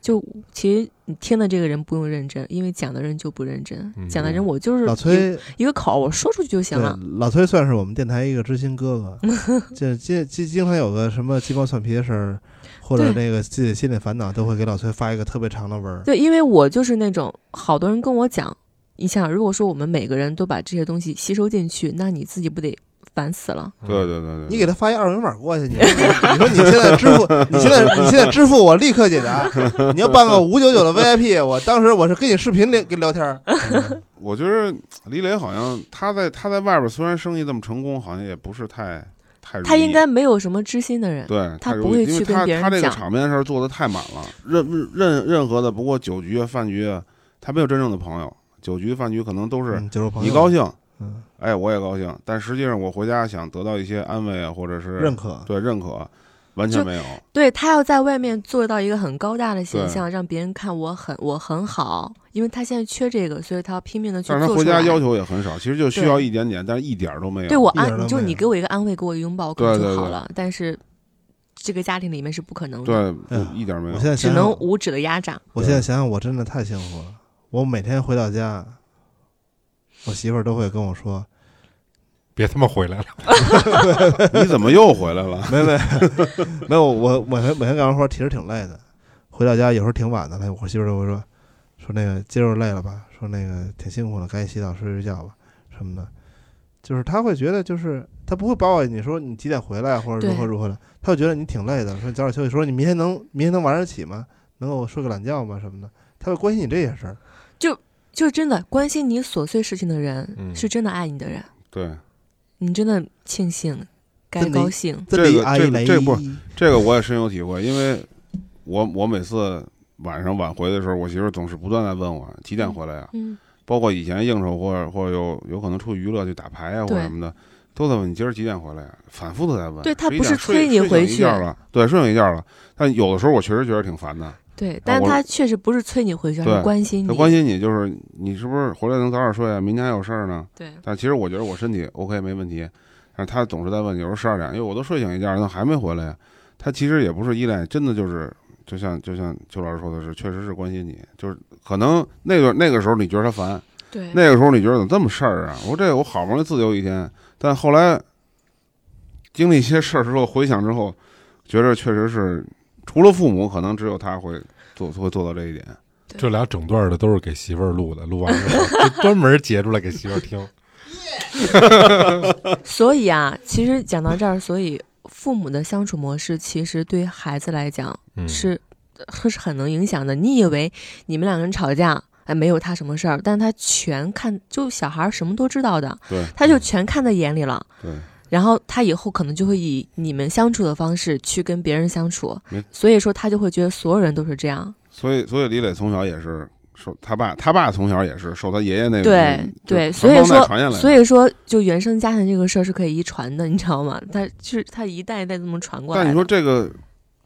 C: 就其实你听的这个人不用认真，因为讲的人就不认真，
B: 嗯
C: 讲的人我就是
A: 老
C: 一
A: 崔
C: 一个口，我说出去就行
A: 对
C: 了。
A: 老崔算是我们电台一个知心哥
C: (laughs)
A: 哥，这经经经常有个什么鸡毛蒜皮的事儿，或者那个自己心里烦恼，都会给老崔发一个特别长的文儿。
C: 对，因为我就是那种好多人跟我讲，你想，如果说我们每个人都把这些东西吸收进去，那你自己不得烦死了？
E: 嗯对对对对，
A: 嗯你给他发一二维码过去，你 (laughs) 你说你现在支付，你现在你现在支付我立刻解
E: (laughs)
A: 答。你要办个五九九的 VIP，我当时我是跟你视频聊跟聊天儿，
E: 我觉得李磊好像他在他在外边虽然生意这么成功，好像也不是太太如
C: 他应
E: 意
C: 该没有什么知心的人。
E: 对
C: 他
E: 太如
C: 不会
E: 意因为
C: 去跟
E: 他
C: 别人
E: 他这个
C: 讲
E: 场面事儿做的太满了，任任任何的不过酒局啊饭局啊，他没有真正的朋友，酒局饭局可能都是
A: 嗯，就是朋友，
E: 你高，兴，
A: 嗯，
E: 哎我也高兴，但实际上我回家想得到一些安慰啊，或者是
A: 认可，
E: 对认可，完全
C: 就
E: 没有，
C: 对他要在外面做到一个很高大的形
E: 对
C: 象，让别人看我很我很好，因为他现在缺这个，所以他要拼命的去
E: 但
C: 做
E: 是他
C: 出
E: 回
C: 来。
E: 家要求也很少，其实就需要
C: 对
E: 一点点，但是一点儿都没有。
C: 对我
A: 一点都
C: 安，就
A: 没
C: 你
A: 有
C: 给我一个安慰，给我一个拥抱，可
E: 对
C: 能
E: 对
C: 就好
E: 对
C: 了。但是这个家庭里面是不可能的，
E: 对不
A: 哎呀
E: 一点儿没有
A: 我现。在
C: 只
A: 想想
C: 能无止的压榨。
A: (laughs) 我现在想想，我真的太幸福了。我每天回到家，我媳妇儿都会跟我说
B: 别他妈回来了，
E: (laughs) 你怎么又回来了？：“
A: (laughs) 没
B: (laughs)
A: 没没有，我每天每天干完活儿其实挺累的，回到家有时候挺晚的了。我媳妇儿就会说说那个今儿又累了吧，说那个挺辛苦了，赶紧洗澡睡睡觉吧什么的。就是她会觉得，就是她不会把我你说你几点回来或者如何
C: 对
A: 如何的，她会觉得你挺累的，说你早点休息，说你明天能明天能晚上起吗？能够睡个懒觉吗？什么的，她会关心你这些事儿。
C: 就真的关心你琐碎事情的人，
B: 嗯
C: 是真的爱你的人，
E: 对，
C: 你真的庆幸，该
A: 真的
C: 高兴。
A: 这
E: 这
A: 里
E: 个
A: 阿
E: 这
A: 姨
E: 个
A: 来
E: 这不这个我也深有体会，因为我我每次晚上晚回的时候，我媳妇儿总是不断在问我几点回来呀、
C: 嗯，
E: 包括以前应酬或者或者有有可能出去娱乐去打牌呀、啊或者
C: 对
E: 什么的，都在问你今儿几点回来呀、啊反复的在问。
C: 对他
E: 11
C: 不是
E: 点
C: 催
E: 睡
C: 你
E: 睡醒
C: 回
E: 一
C: 去
E: 觉了，对，睡醒一觉了。但有的时候我确实觉得挺烦的。
C: 对，但
E: 啊我
C: 他确实不是催你回去，而
E: 对
C: 是关心
E: 他
C: 你。
E: 关心你就是你是不是回来能早点睡啊？明天还有事儿呢。
C: 对，
E: 但其实我觉得我身体 OK 没问题，但是他总是在问，有时候十二点，因为哎我都睡醒一觉，他还没回来呀。他其实也不是依赖，真的就是就像就像邱老师说的是，确实是关心你，就是可能那个那个时候你觉得他烦，
C: 对，
E: 那个时候你觉得怎么这么事儿啊？我说这我好不容易自由一天，但后来经历一些事儿之后，回想之后，觉得确实是除了父母，可能只有他会做会做到这一点。
B: 这俩 (laughs) 整段的都是给媳妇儿录的，录完之后就专门截出来给媳妇儿听。
C: 所以啊，其实讲到这儿，所以父母的相处模式其实对孩子来讲
B: 嗯，
C: 是、是很能影响的。你以为你们两个人吵架，哎，没有他什么事儿，但他全看，就小孩儿什么都知道的，
D: 嗯
E: 对
C: 他就全看在眼里了。
E: 对，
C: 然后他以后可能就会以你们相处的方式去跟别人相处
E: 没，
C: 所以说他就会觉得所有人都是这样。
E: 所以所以李磊从小也是受他爸，他爸从小也是受他爷爷那个
C: 对
E: 就
C: 对，所
E: 传
C: 以
E: 帮带
C: 说
E: 传下来的
C: 所以说就原生家庭这个事儿是可以遗传的，你知道吗？它是它一代一代这么传过来
E: 但
C: 的。
E: 你说这个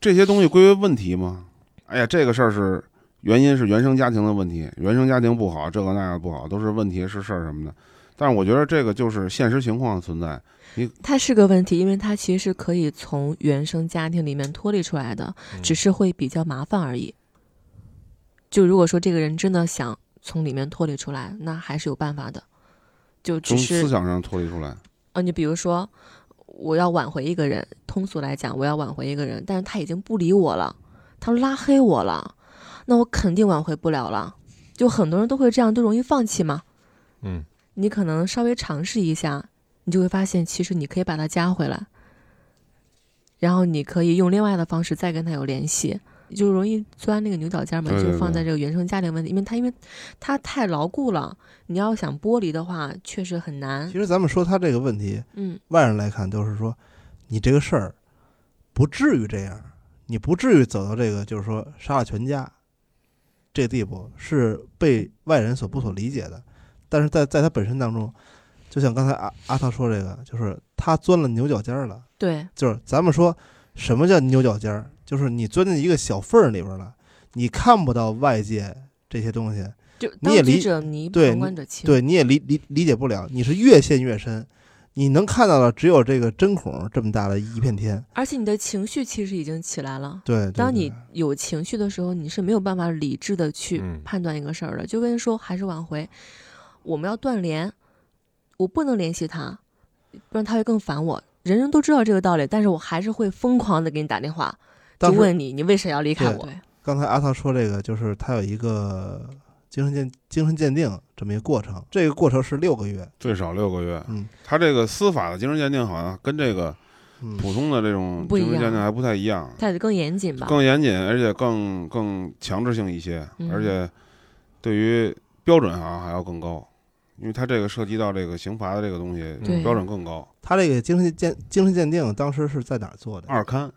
E: 这些东西归为问题吗？哎呀，这个事儿是原因是原生家庭的问题，原生家庭不好，这个那个不好，都是问题是事儿什么的。但是我觉得这个就是现实情况的存在。你
C: 它是个问题，因为它其实是可以从原生家庭里面脱离出来的，
E: 嗯
C: 只是会比较麻烦而已。就如果说这个人真的想从里面脱离出来，那还是有办法的。就只
E: 从
C: 是
E: 思想上脱离出来，
C: 啊，你比如说，我要挽回一个人，通俗来讲，我要挽回一个人，但是他已经不理我了，他拉黑我了，那我肯定挽回不了了。就很多人都会这样，就容易放弃嘛。
B: (laughs) 嗯，
C: 你可能稍微尝试一下，你就会发现，其实你可以把他加回来，然后你可以用另外的方式再跟他有联系，就容易钻那个牛角尖儿嘛，
E: 对对
C: 就放
E: 对
C: 在这个原生家庭问题，因为他因为他太牢固了，你要想剥离的话，确实很难
A: 其。实咱们说他这个问题，
C: 嗯，
A: 外人来看就是说，你这个事儿不至于这样，你不至于走到这个就是说杀了全家这地步，是被外人所不所理解的。但是在在他本身当中，就像刚才阿阿涛说这个，就是他钻了牛角尖儿了。
C: 对，
A: 就是咱们说什么叫牛角尖儿，就是你钻进一个小缝儿里边儿了，你看不到外界这些东西，
C: 就
A: 你也
C: 当局
A: 理
C: 者迷，
A: 对
C: 旁观者清。
A: 对，你也理理理解不了，你是越陷越深，你能看到的只有这个针孔这么大的一片天。
C: 而且你的情绪其实已经起来了。
A: 对对
C: 当
A: 对
C: 你有情绪的时候，你是没有办法理智的去
E: 嗯
C: 判断一个事儿的。就跟说还是挽回，我们要断联，我不能联系他，不然他会更烦我。人人都知道这个道理，但是我还是会疯狂的给你打电话，就
A: 当时
C: 问你你为啥要离开
A: 对
C: 我？
A: 刚才阿涛说这个，就是他有一个精神鉴精神鉴定这么一个过程，这个过程是六个月。
E: 最少六个月。
A: 嗯，
E: 他这个司法的精神鉴定好像跟这个
A: 嗯
E: 普通的这种
C: 不一
E: 精神鉴定
C: 样
E: 还不太一样，
C: 他得更严谨吧？
E: 更严谨，而且更更强制性一些，
C: 嗯
E: 而且对于标准好像还要更高，因为他这个涉及到这个刑罚的这个东西
C: 对，
E: 嗯标准更高。
A: 他这个精神鉴精神鉴定当时是在哪儿做的？
E: 二刊，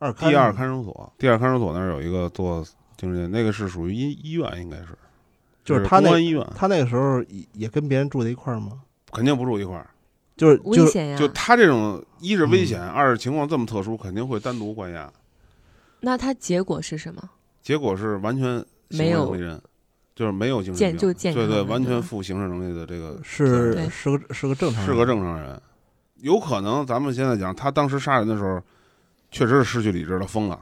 A: 二刊
E: 第二
A: 吗
E: 看守所，第二看守所那儿有一个做精神鉴定，那个是属于医医院，应该是，
A: 就是
E: 是
A: 他
E: 公
A: 那
E: 安医院
A: 他那个时候也也跟别人住在一块儿吗？
E: 肯定不住一块儿。
A: 就是
C: 危
A: 就是嗯
C: 险呀！
E: 就他这种，一是危险，二是情况这么特殊，肯定会单独关押。
C: 那他结果是什么？
E: 结果是完全行为能力人，就是没有精神
C: 健
E: 病，
C: 就健
E: 对
C: 康
E: 对，
C: 了
E: 完
C: 对
E: 全
C: 吧
E: 负刑事能力的这个
A: 是
C: 对
A: 是个是个正常人，
E: 是个正常人。有可能咱们现在讲，他当时杀人的时候，确实是失去理智了，疯了，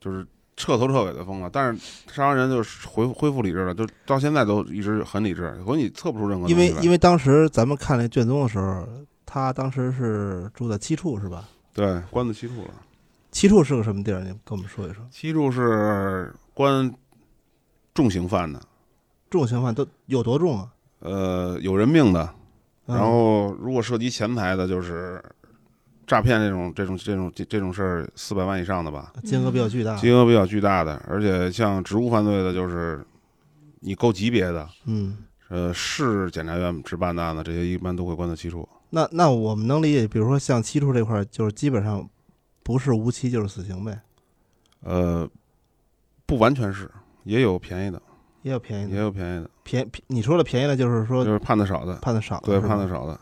E: 就是彻头彻尾的疯了。但是杀完人就是恢复恢复理智了，就到现在都一直很理智，所以你测不出任何
A: 因为因
E: 为
A: 为当时咱们看那卷宗的时候，他当时是住在七处是吧？
E: 对关到七处了，
A: 七处是个什么地儿？你跟我们说一说。
E: 七处是关重刑犯的，
A: 重刑犯都有多重啊？
E: 呃，有人命的，
A: 嗯
E: 然后如果涉及钱财的，就是诈骗这种这种这种这这种事儿，四百万以上的吧，
A: 金额比较巨大。
E: 金额比较巨大的，而且像职务犯罪的，就是你够级别的，
A: 嗯，
E: 呃，市检察院值办的案子，这些一般都会关到七处。
A: 那那我们能理解，比如说像七处这块儿，就是基本上不是无期就是死刑呗，
E: 呃，不完全是，也有便宜的，
A: 也有便宜
E: 也
A: 的，
E: 有便宜的，
A: 便便你说的便宜的，就是说
E: 就是判的少的，
A: 判的少，
E: 对，判的。少的，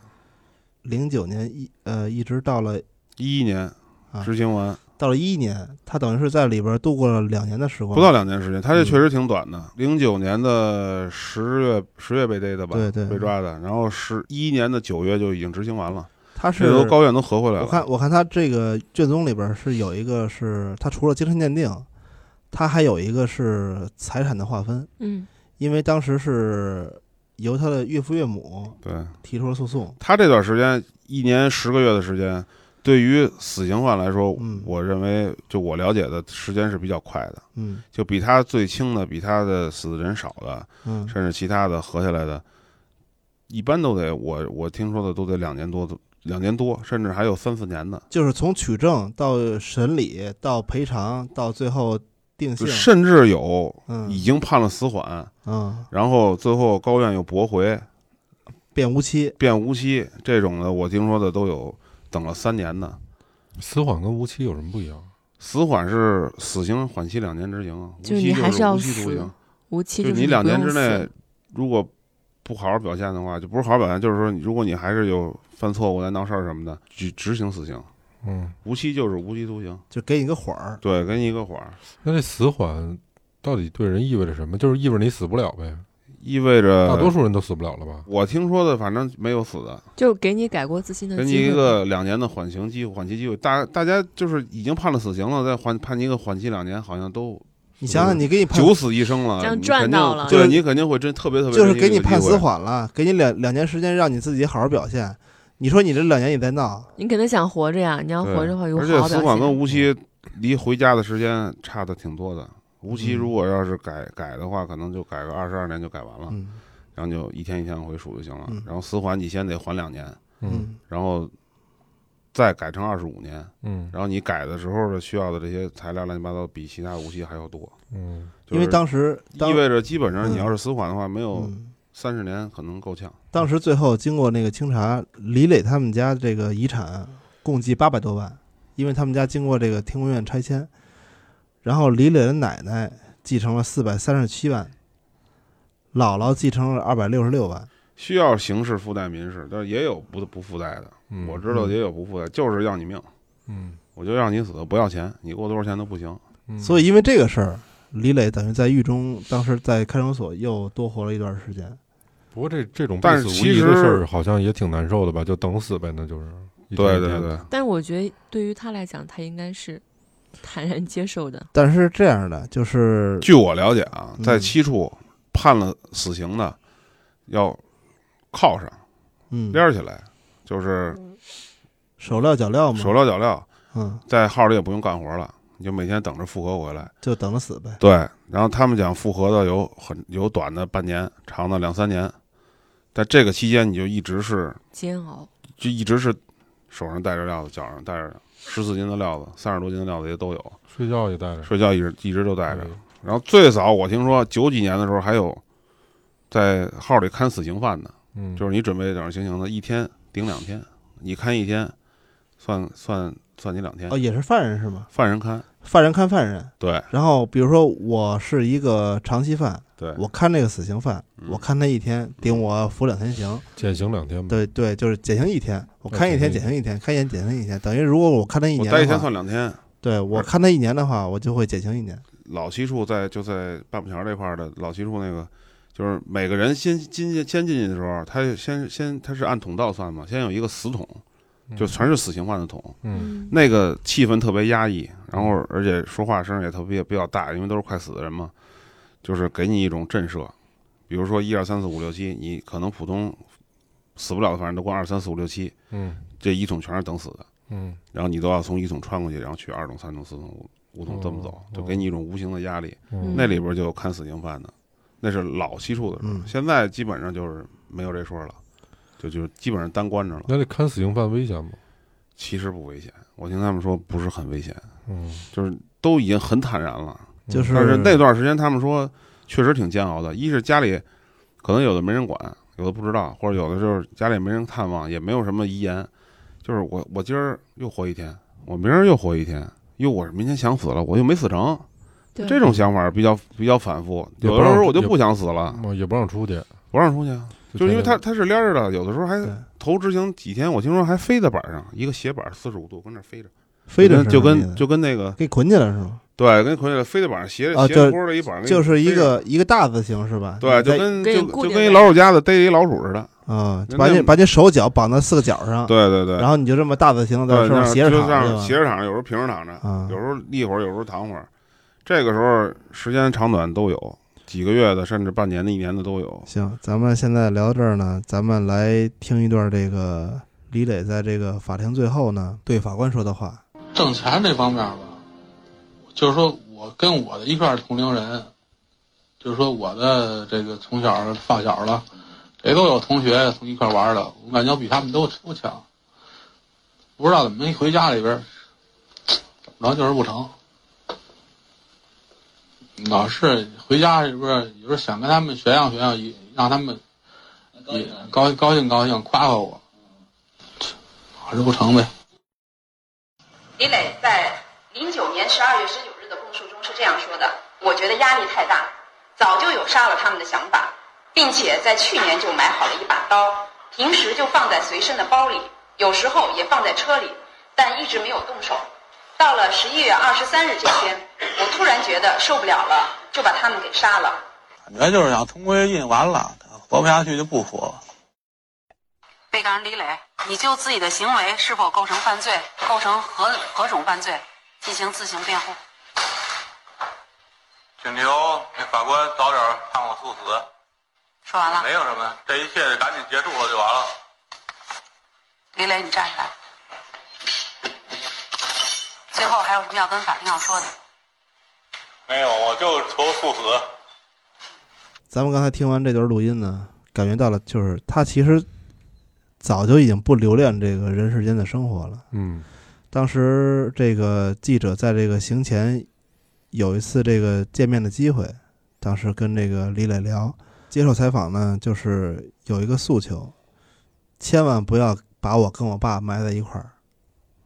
A: 零九年一呃一直到了
E: 一一年
A: 啊
E: 执行完，
A: 到了一一年，他等于是在里边度过了两年的时光，
E: 不到两年时间，他这
A: 嗯
E: 确实挺短的。零九年的十月十月被逮的吧，
A: 对对
E: 被抓的。然后十一年的九月就已经执行完了，
A: 他是
E: 这都高院都合回来
A: 我
E: 了。
A: 看我看他这个卷宗里边是有一个是，他除了精神鉴定，他还有一个是财产的划分，
C: 嗯，
A: 因为当时是由他的岳父岳母
E: 对
A: 提出了诉讼，
E: 他这段时间，一年十个月的时间，对于死刑犯来说，
A: 嗯
E: 我认为就我了解的时间是比较快的，
A: 嗯
E: 就比他最轻的、比他的死的人少的，
A: 嗯，
E: 甚至其他的合下来的，一般都得我我听说的都得两年多，两年多，甚至还有三四年的。
A: 就是从取证到审理到赔偿到最后定性，
E: 甚至有
A: 嗯
E: 已经判了死缓，
A: 嗯
E: 然后最后高院又驳回，
A: 变无期，
E: 变无期这种的，我听说的都有等了三年的。
B: (laughs) 死缓跟无期有什么不一样？
E: 死缓是死刑缓期两年执行啊，无
C: 就是
E: 期
C: 你还
E: 是
C: 是要
E: 无期徒
C: 死
E: 刑，
C: 无期
E: 就是你两
C: 不
E: 年
C: 用
E: 之内
C: 死
E: 如果不好好表现的话，就不是好好表现，就是说你如果你还是有犯错误来闹事儿什么的，执执行死刑，
B: 嗯，
E: 无期就是无期徒刑，
A: 就给你一个缓儿。
E: 对，给你一个缓儿，
B: 那这死缓到底对人意味着什么？就是意味着你死不了呗。
E: 意味着
B: 大多数人都死不了了吧？
E: 我听说的，反正没有死的，
C: 就给你改过自新的
E: 给你
C: 机
E: 一
C: 会
E: 个两年的缓刑机会，缓期机会。大大家就是已经判了死刑了，再缓判你一个缓期两年，好像都
A: 你想想，你给你判
E: 九死一生了，
C: 这样
E: 你
C: 赚
E: 肯定
C: 到了
E: 对
A: 就是
E: 你肯定会真特别特别
A: 就是
E: 珍惜
A: 给你
E: 这个
A: 判
E: 机会
A: 死缓了，给你两两年时间让你自己好好表现。你说你这两年你在闹，
C: 你肯定想活着呀，你要
E: 对
C: 活着的话有
E: 而
C: 好
E: 且
C: 好
E: 死
C: 表
E: 缓跟
C: 现。
E: 无期离回家的时间差的挺多的。无
A: 嗯
E: 期如果要是改改的话，可能就改个二十二年就改完了，
A: 嗯
E: 然后就一天一天往回数就行了。
A: 嗯
E: 然后死缓你先得缓两年，
B: 嗯
E: 然后再改成二十五年，
B: 嗯
E: 然后你改的时候的需要的这些材料乱七八糟比其他的无期还要多，
B: 嗯，
E: 就是
A: 因为当时当
E: 意味着基本上你
A: 嗯
E: 要是死缓的话，没有
A: 嗯
E: 三十年可能够呛。
A: 当时最后经过那个清查，李磊他们家这个遗产共计八百多万，因为他们家经过这个天宫院拆迁，然后李磊的奶奶继承了四百三十七万，姥姥继承了二百六十六万，
E: 需要刑事附带民事，但是也有不不附带的，
B: 嗯
E: 我知道也有不附带，就是要你命，
B: 嗯
E: 我就让你死，不要钱，你给我多少钱都不行。
B: 嗯，
A: 所以因为这个事儿，李磊等于在狱中，当时在看守所又多活了一段时间。
B: 不过这这种
E: 但
B: 必
E: 是
B: 死无
E: 其
B: 疑的
E: 实
B: 事儿，好像也挺难受的吧？就等死呗，那就是一天
E: 对
B: 一
E: 对
B: 天
E: 对，
C: 但是我觉得对于他来讲，他应该是坦然接受的。
A: 但是这样的就是
E: 据我了解啊，
A: 嗯
E: 在七处判了死刑的，要铐上
A: 嗯，
E: 边儿起来，就是
A: 手镣脚镣嘛，
E: 手镣脚镣，
A: 嗯，
E: 在号里也不用干活了，你就每天等着复核回来。
A: 就等着死呗。
E: 对，然后他们讲复核的有很有短的半年，长的两三年，在这个期间你就一直是
C: 煎熬，
E: 就一直是手上戴着料子，脚上戴着十四斤的料子，三十多斤的料子也都有，
B: 睡觉也带着，
E: 睡觉一直一直都戴着
B: 对。
E: 然后最早我听说九几年的时候还有在号里看死刑犯的，
B: 嗯，
E: 就是你准备等着行刑的，一天顶两天，你看一天，算算算你两天
A: 哦，，也是犯人是吗？
E: 犯人看，
A: 犯人看犯人。
E: 对
A: 然后比如说我是一个长期犯，
E: 对，
A: 我看这个死刑犯，
E: 嗯
A: 我看他一天顶我服两天刑，
B: 减刑两天吧。
A: 对对，就是减刑一天，我看一天减刑一天，看一天减刑一天，等于如果我看他一
E: 我
A: 年
E: 待一
A: 的
E: 天
A: 话，
E: 算两天。
A: 对我看他一年的话，我就会减刑一年。
E: 老七处在就在半步桥这块儿的老七处那个，就是每个人先进去先进去的时候，他就先先他是按桶道算嘛，先有一个死桶，就全是死刑犯的桶，
B: 嗯
E: 那个气氛特别压抑，然后而且说话声也特别比较大，因为都是快死的人嘛，就是给你一种震慑。比如说一二三四五六七，你可能普通死不了的，反正都关二三四五六七，
B: 嗯
E: 这一桶全是等死的，
B: 嗯
E: 然后你都要从一桶穿过去，然后去二桶、三桶、四桶、五五桶这么走
B: 哦，
E: 就给你一种无形的压力。
B: 嗯
E: 那里边就有看死刑犯的，那是老西处的时候，
A: 嗯
E: 现在基本上就是没有这说了，就就基本上单关着了。
B: 那这看死刑犯危险吗？
E: 其实不危险，我听他们说不是很危险，
B: 嗯，
E: 就是都已经很坦然了。
A: 就是
E: 但是那段时间他们说确实挺煎熬的，一是家里可能有的没人管，有的不知道，或者有的就是家里没人探望，也没有什么遗言，就是我我今儿又活一天，我明儿又活一天，哟，我明天想死了，我又没死成。
C: 对
E: 这种想法比较比较反复，
B: 也
E: 有
B: 不
E: 的时候
B: 让
E: 我就
B: 也
E: 不想死了，
B: 我也不让出去，
E: 不让出去啊，就是因为
B: 天
E: 他
B: 天
E: 他是连着的，有的时候还
A: 对
E: 头执行几天，我听说还飞在板上，一个斜板四十五度跟那儿飞着，
A: 非得
E: 就跟就跟那个
A: 给捆起来是吗？
E: 对，跟捆起来飞在板上斜
A: 啊
E: 斜
A: 就
E: 坡的一板，
A: 就是一个一个大字形是吧？
E: 对，
A: 你
E: 就
A: 在
E: 跟
C: 给你
E: 就
C: 固
E: 就
C: 定
E: 跟一
C: 在
E: 老鼠夹子逮一老鼠似的，
A: 啊
E: 那，
A: 把你
E: 那
A: 把你手脚绑在四个角上，
E: 对对对，
A: 然后你就这么大字形在
E: 对
A: 上面
E: 呃那
A: 斜着
E: 就
A: 躺
E: 这样斜着
A: 着
E: 躺着，有时候平着躺着，
A: 啊
E: 有时候立会儿，有时候躺会儿，这个时候时间长短都有，几个月的，甚至半年的、一年的都有。
A: 行，咱们现在聊到这儿呢，咱们来听一段这个李磊在这个法庭最后呢对法官说的话。
H: 挣钱这方面吧，就是说我跟我的一块儿同龄人，就是说我的这个从小发小了，谁都有同学从一块儿玩儿的，我感觉我比他们都都强。不知道怎么没回家里边儿，怎么着就是不成。老是回家里边儿，有时候想跟他们学样学样，也让他们也高高兴嗯高兴，夸夸我，还是不成呗。
K: 李磊在零九年十二月十九日的供述中是这样说的：“我觉得压力太大，早就有杀了他们的想法，并且在去年就买好了一把刀，平时就放在随身的包里，有时候也放在车里，但一直没有动手。到了十一月二十三日这天，我突然觉得受不了了，就把他们给杀了。
H: 感觉就是想通归印完了，活不下去就不活了。
K: 被告人李磊，你就自己的行为是否构成犯罪，构成何何种犯罪，进行自行辩护。
H: 请求那法官早点判我速死。
K: 说完了，
H: 没有什么，这一切赶紧结束了就完了。
K: 李磊，你站起来。最后还有什么要跟法庭要说的？
H: 没有，我就求速死。
A: 咱们刚才听完这段录音呢，感觉到了，就是他其实早就已经不留恋这个人世间的生活了。
B: 嗯，
A: 当时这个记者在这个行前有一次这个见面的机会，当时跟这个李磊聊，接受采访呢，就是有一个诉求，千万不要把我跟我爸埋在一块儿，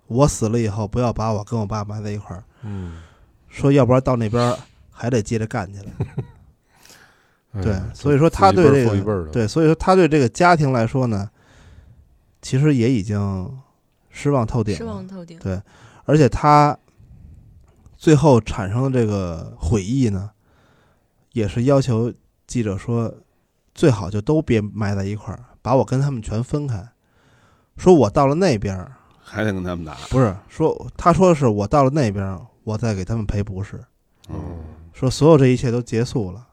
A: 我死了以后不要把我跟我爸埋在一块儿，
B: 嗯，
A: 说要不然到那边儿还得接着干去了。
B: (laughs) 哎
A: 对
B: 呀，
A: 所以说他对
B: 自己一辈
A: 这
B: 儿后一辈儿
A: 个
B: 的
A: 对，所以说他对这个家庭来说呢，其实也已经失望透顶了，
C: 失望透顶
A: 对，而且他最后产生的这个悔意呢，也是要求记者说，最好就都别埋在一块儿，把我跟他们全分开。说我到了那边儿，
E: 还得跟他们打。
A: (laughs) 不是说他说的是我到了那边儿，我再给他们赔不是。
E: 嗯，
A: 说所有这一切都结束了，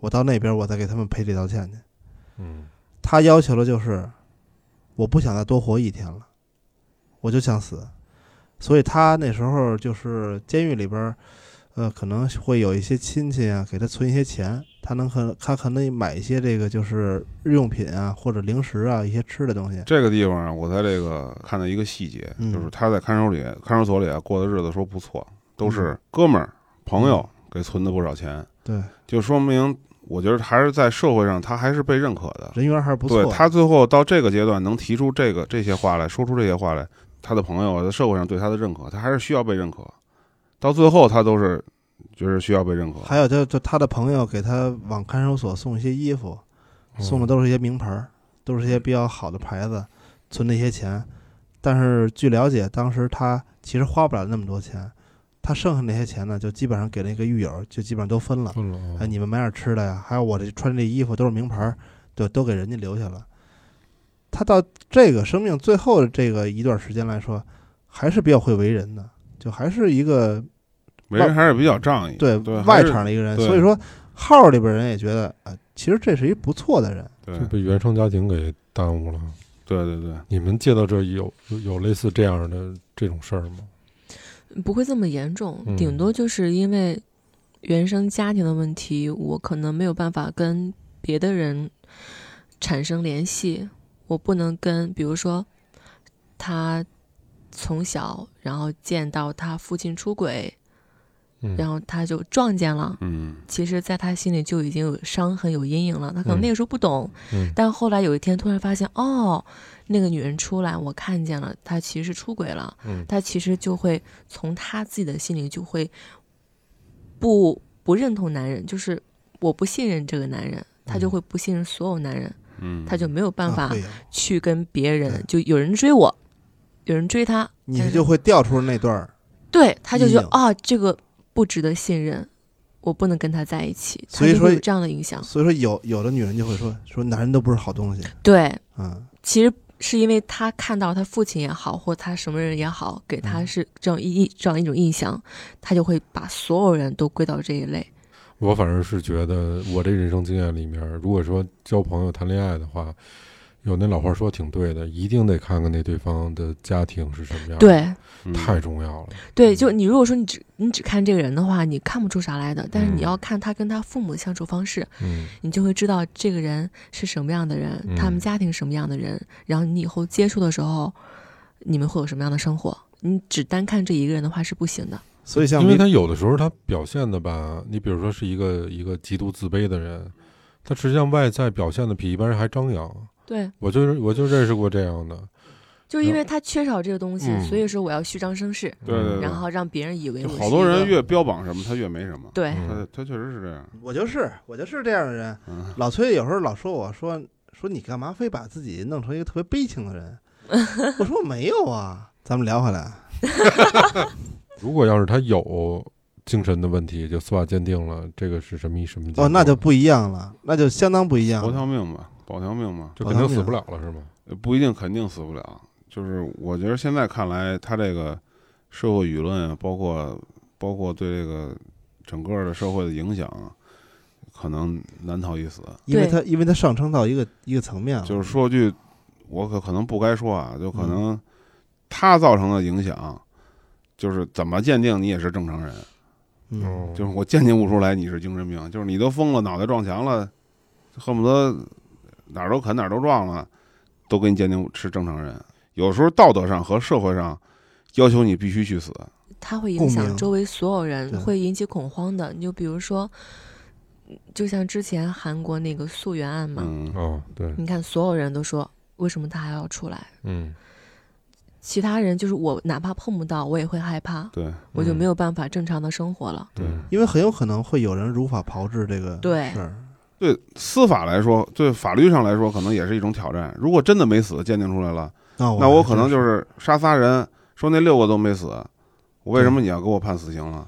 A: 我到那边我再给他们赔礼道歉去。
B: 嗯，
A: 他要求的就是，我不想再多活一天了，我就想死。所以他那时候就是监狱里边儿，呃，可能会有一些亲戚啊给他存一些钱，他能可他可能买一些这个就是日用品啊或者零食啊一些吃的东西。
E: 这个地方啊我在这个看到一个细节，
A: 嗯
E: 就是他在看守里、看守所里啊过的日子说不错，都
A: 嗯
E: 是哥们儿、朋友给存的不少钱，
A: 对，
E: 就说明我觉得还是在社会上他还是被认可的，
A: 人缘还是不错
E: 对他最后到这个阶段能提出这个这些话来，说出这些话来，他的朋友在社会上对他的认可，他还是需要被认可。到最后，他都是觉得需要被认可。
A: 还有就就他的朋友给他往看守所送一些衣服，
E: 嗯
A: 送的都是一些名牌儿，都是一些比较好的牌子，存的一些钱。但是据了解，当时他其实花不了那么多钱，他剩下那些钱呢，就基本上给那个狱友，就基本上都分了。
B: 分了
E: 嗯
B: 哦
A: 哎，你们买点吃的呀，还有我这穿这衣服都是名牌儿，对，都给人家留下了。他到这个生命最后的这个一段时间来说，还是比较会为人的，就还是一个
E: 为人还是比较仗义，
A: 对
E: 对
A: 外场的一个人，
E: 还是对
A: 所以说号里边人也觉得啊、呃其实这是一不错的人。
E: 对
B: 就被原生家庭给耽误了。
E: 对对对，
B: 你们见到这有有有类似这样的这种事儿吗？
C: 嗯不会这么严重，
B: 嗯
C: 顶多就是因为原生家庭的问题，我可能没有办法跟别的人产生联系，我不能跟，比如说他从小然后见到他父亲出轨，
B: 嗯
C: 然后他就撞见了，
E: 嗯，
C: 其实在他心里就已经有伤痕、有阴影了。他可能那个时候不懂，
B: 嗯
C: 但后来有一天突然发现，哦，那个女人出来，我看见了，她其实出轨了。
B: 嗯
C: 他其实就会从他自己的心里就会不不认同男人，就是我不信任这个男人，他
A: 嗯
C: 就会不信任所有男人。
E: 嗯
C: 他就没有办
A: 啊
C: 法
A: 会有
C: 去跟别人，就有人追我，有人追他，
A: 你就会调出那段儿，
C: 对，他就觉得
A: 阴
C: 啊，这个不值得信任，我不能跟他在一起，他
A: 所以
C: 就
A: 说
C: 会有这样的影响。
A: 所以说有有的女人就会说说男人都不是好东西，
C: 对，
A: 嗯，
C: 其实是因为他看到他父亲也好，或他什么人也好，给他
B: 嗯
C: 是这样一、这样一种印象，他就会把所有人都归到这一类。
B: 我反正是觉得，我这人生经验里面，如果说交朋友、谈恋爱的话，有那老话说挺对的，一定得看看那对方的家庭是什么样的，
C: 对
E: 嗯
B: 太重要了。
C: 对，就你如果说你只你只看这个人的话，你看不出啥来的。但是
B: 嗯
C: 你要看他跟他父母的相处方式，
B: 嗯
C: 你就会知道这个人是什么样的人，
B: 嗯
C: 他们家庭什么样的人，然后你以后接触的时候，你们会有什么样的生活。你只单看这一个人的话是不行的。
A: 所以像
B: 因为
A: 民
B: 他有的时候他表现的吧，你比如说是一个一个极度自卑的人，他实际上外在表现的比一般人还张扬。
C: 对，
B: 我就我就认识过这样的，
C: 就是因为他缺少这个东西，
E: 嗯
C: 所以说我要虚张声势，
E: 对对对
C: 然后让别人以为
E: 就
C: 我
E: 好
C: 是
E: 多
C: 一个
E: 人越标榜什么，他越没什么。
C: 对
E: 他他确实是这样。
A: 我就是我就是这样的人。
E: 嗯
A: 老崔有时候老说我说说你干嘛非把自己弄成一个特别悲情的
C: (laughs)
A: 人？我说我没有
E: (laughs)
A: 啊。咱们聊回来，
B: 如果要是他有精神的问题，就司法鉴定了，这个是什么意什么意思？
A: 哦，那就不一样了，那就相当不一样
E: 保
A: 了。
E: 条命吧，保条命吧，
B: 就肯定死不了了是吗？
E: 呃不一定，肯定死不了。就是我觉得现在看来，他这个社会舆论啊，包括包括对这个整个的社会的影响啊，可能难逃一死。
A: 因为他因为他上升到一个一个层面了，嗯
E: 就是说句我可可能不该说啊，就可能他造成的影响，就是怎么鉴定你也是正常人，
A: 嗯，
B: 哦
E: 就是我鉴定不出来你是精神病，就是你都疯了，脑袋撞墙了，恨不得哪儿都啃哪儿都撞了，都给你鉴定是正常人。有时候道德上和社会上要求你必须去死，
C: 它会影
E: 共
C: 响
E: 鸣
C: 周围所有人
E: 对，
C: 会引起恐慌的。你就比如说，嗯就像之前韩国那个溯源案嘛，
E: 嗯
B: 哦对，
C: 你看所有人都说为什么他还要出来，
B: 嗯
C: 其他人就是我哪怕碰不到我也会害怕，
E: 对嗯
C: 我就没有办法正常的生活了。
E: 对
A: 因为很有可能会有人如法炮制这
E: 嗯
A: 个
C: 对
A: 事儿。
E: 对司法来说，对法律上来说，可能也是一种挑战。如果真的没死，鉴定出来了，
A: 那
E: 那可能就是杀仨人，说那六个都没死，我为什么你要给我判死刑了？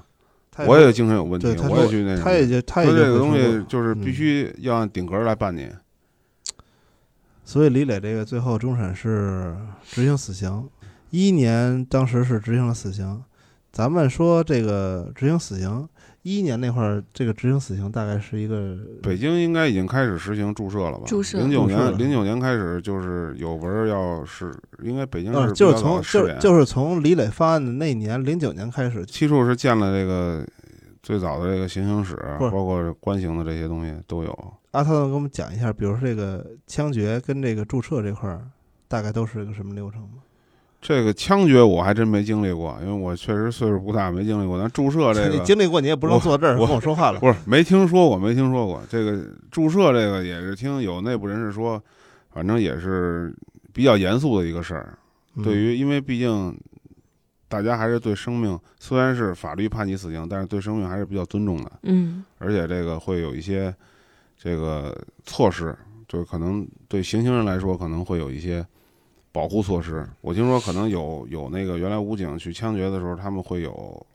A: 他也
E: 我也
A: 说
E: 精神有问题
A: 对，他
E: 我也
A: 说
E: 去那什么，
A: 他也就他也
E: 说
A: 就
E: 这个
A: 会
E: 东
A: 说嗯
E: 西就是必须要按顶格来办你。
A: 所以李磊这个最后终审是执行死刑，一年当时是执行了死刑。咱们说这个执行死刑，一年那会儿这个执行死刑大概是一个
E: 北京应该已经开始实行注射了吧？
A: 注射
E: 零九
A: 注射了
E: 年零九年开始就是有文儿要是，应该北京
A: 呃，
E: 是
A: 就
E: 比
A: 是
E: 较早
A: 从就
E: 试
A: 是
E: 点
A: 就是从李磊发案的那年零九年开始，
E: 七处是建了这个最早的这个行刑室，
A: 不是
E: 包括官刑的这些东西都有。
A: 阿涛能给我们讲一下，比如说这个枪决跟这个注射这块儿，大概都是一个什么流程吗？
E: 这个枪决我还真没经历过，因为我确实岁数不大，没经历过。但注射这个，
A: 你 (laughs) 经历过你也不能坐这儿跟我说话了
E: 不是，没听说过，没听说过。这个注射这个也是听有内部人士说，反正也是比较严肃的一个事儿。
A: 嗯
E: 对于，因为毕竟大家还是对生命，虽然是法律判你死刑，但是对生命还是比较尊重的。
C: 嗯，
E: 而且这个会有一些这个措施，就是可能对行刑人来说可能会有一些保护措施。我听说可能有有那个原来武警去枪决的时候，他们会有，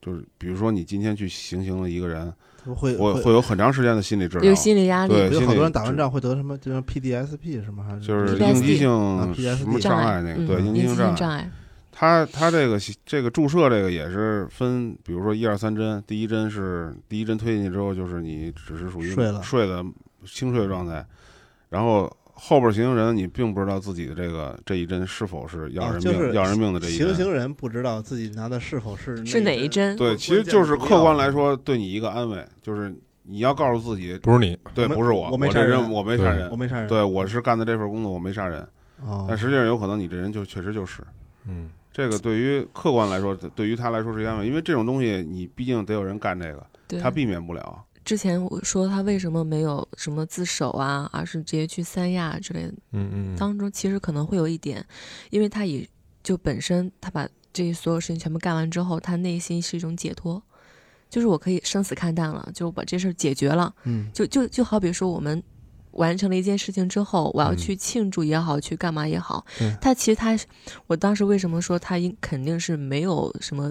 E: 就是比如说你今天去行刑了一个人，
A: 他会
E: 我
A: 会
E: 会有很长时间的心理治疗，
C: 有心理压力
E: 对，
A: 有
E: 心
A: 好
E: 理
A: 多人打完
E: 治
A: 仗会得什么，就像 PDSP 什么，还是
E: 就是应激
A: 啊
E: 性什么
A: PDSD
E: 障碍
A: 嗯
E: 那个，对，应激性障
C: 障
E: 碍。
C: 碍，
E: 它它这个这个注射这个也是分，比如说一二三针，第一针是第一针推进去之后，就是你只是属于
A: 睡了
E: 睡的轻睡的状态，然后后边行刑人你并不知道自己的这个这一针是否是要
A: 啊
E: 人
A: 就
E: 命、
A: 是
E: 要人命的这一针
A: 行。刑人不知道自己拿的是否是
C: 是哪一针
E: 对，其实就是客观来说，对你一个安慰，就是你要告诉自己
B: 不是你
E: 对，
A: 我没
E: 不是我，
A: 我
E: 我
A: 没杀
E: 这
A: 人
E: 人，我没杀
A: 对
E: 人，
A: 我没杀人
E: 对，我是干的这份工作，我没杀人
A: 哦。
E: 但实际上有可能你这人就确实就是，
B: 嗯，
E: 这个对于客观来说，对于他来说是一个安慰，因为这种东西你毕竟得有人干这
C: 对
E: 个，他避免不了。
C: 之前我说他为什么没有什么自首啊，而是直接去三亚之类的，
B: 嗯嗯
C: 当中其实可能会有一点，因为他以就本身他把这所有事情全部干完之后，他内心是一种解脱，就是我可以生死看淡了，就是我把这事儿解决了，
A: 嗯
C: 就就就好比说我们完成了一件事情之后，我要
A: 嗯
C: 去庆祝也好，去干嘛也好
A: 对，
C: 他其实他是，我当时为什么说他应肯定是没有什么。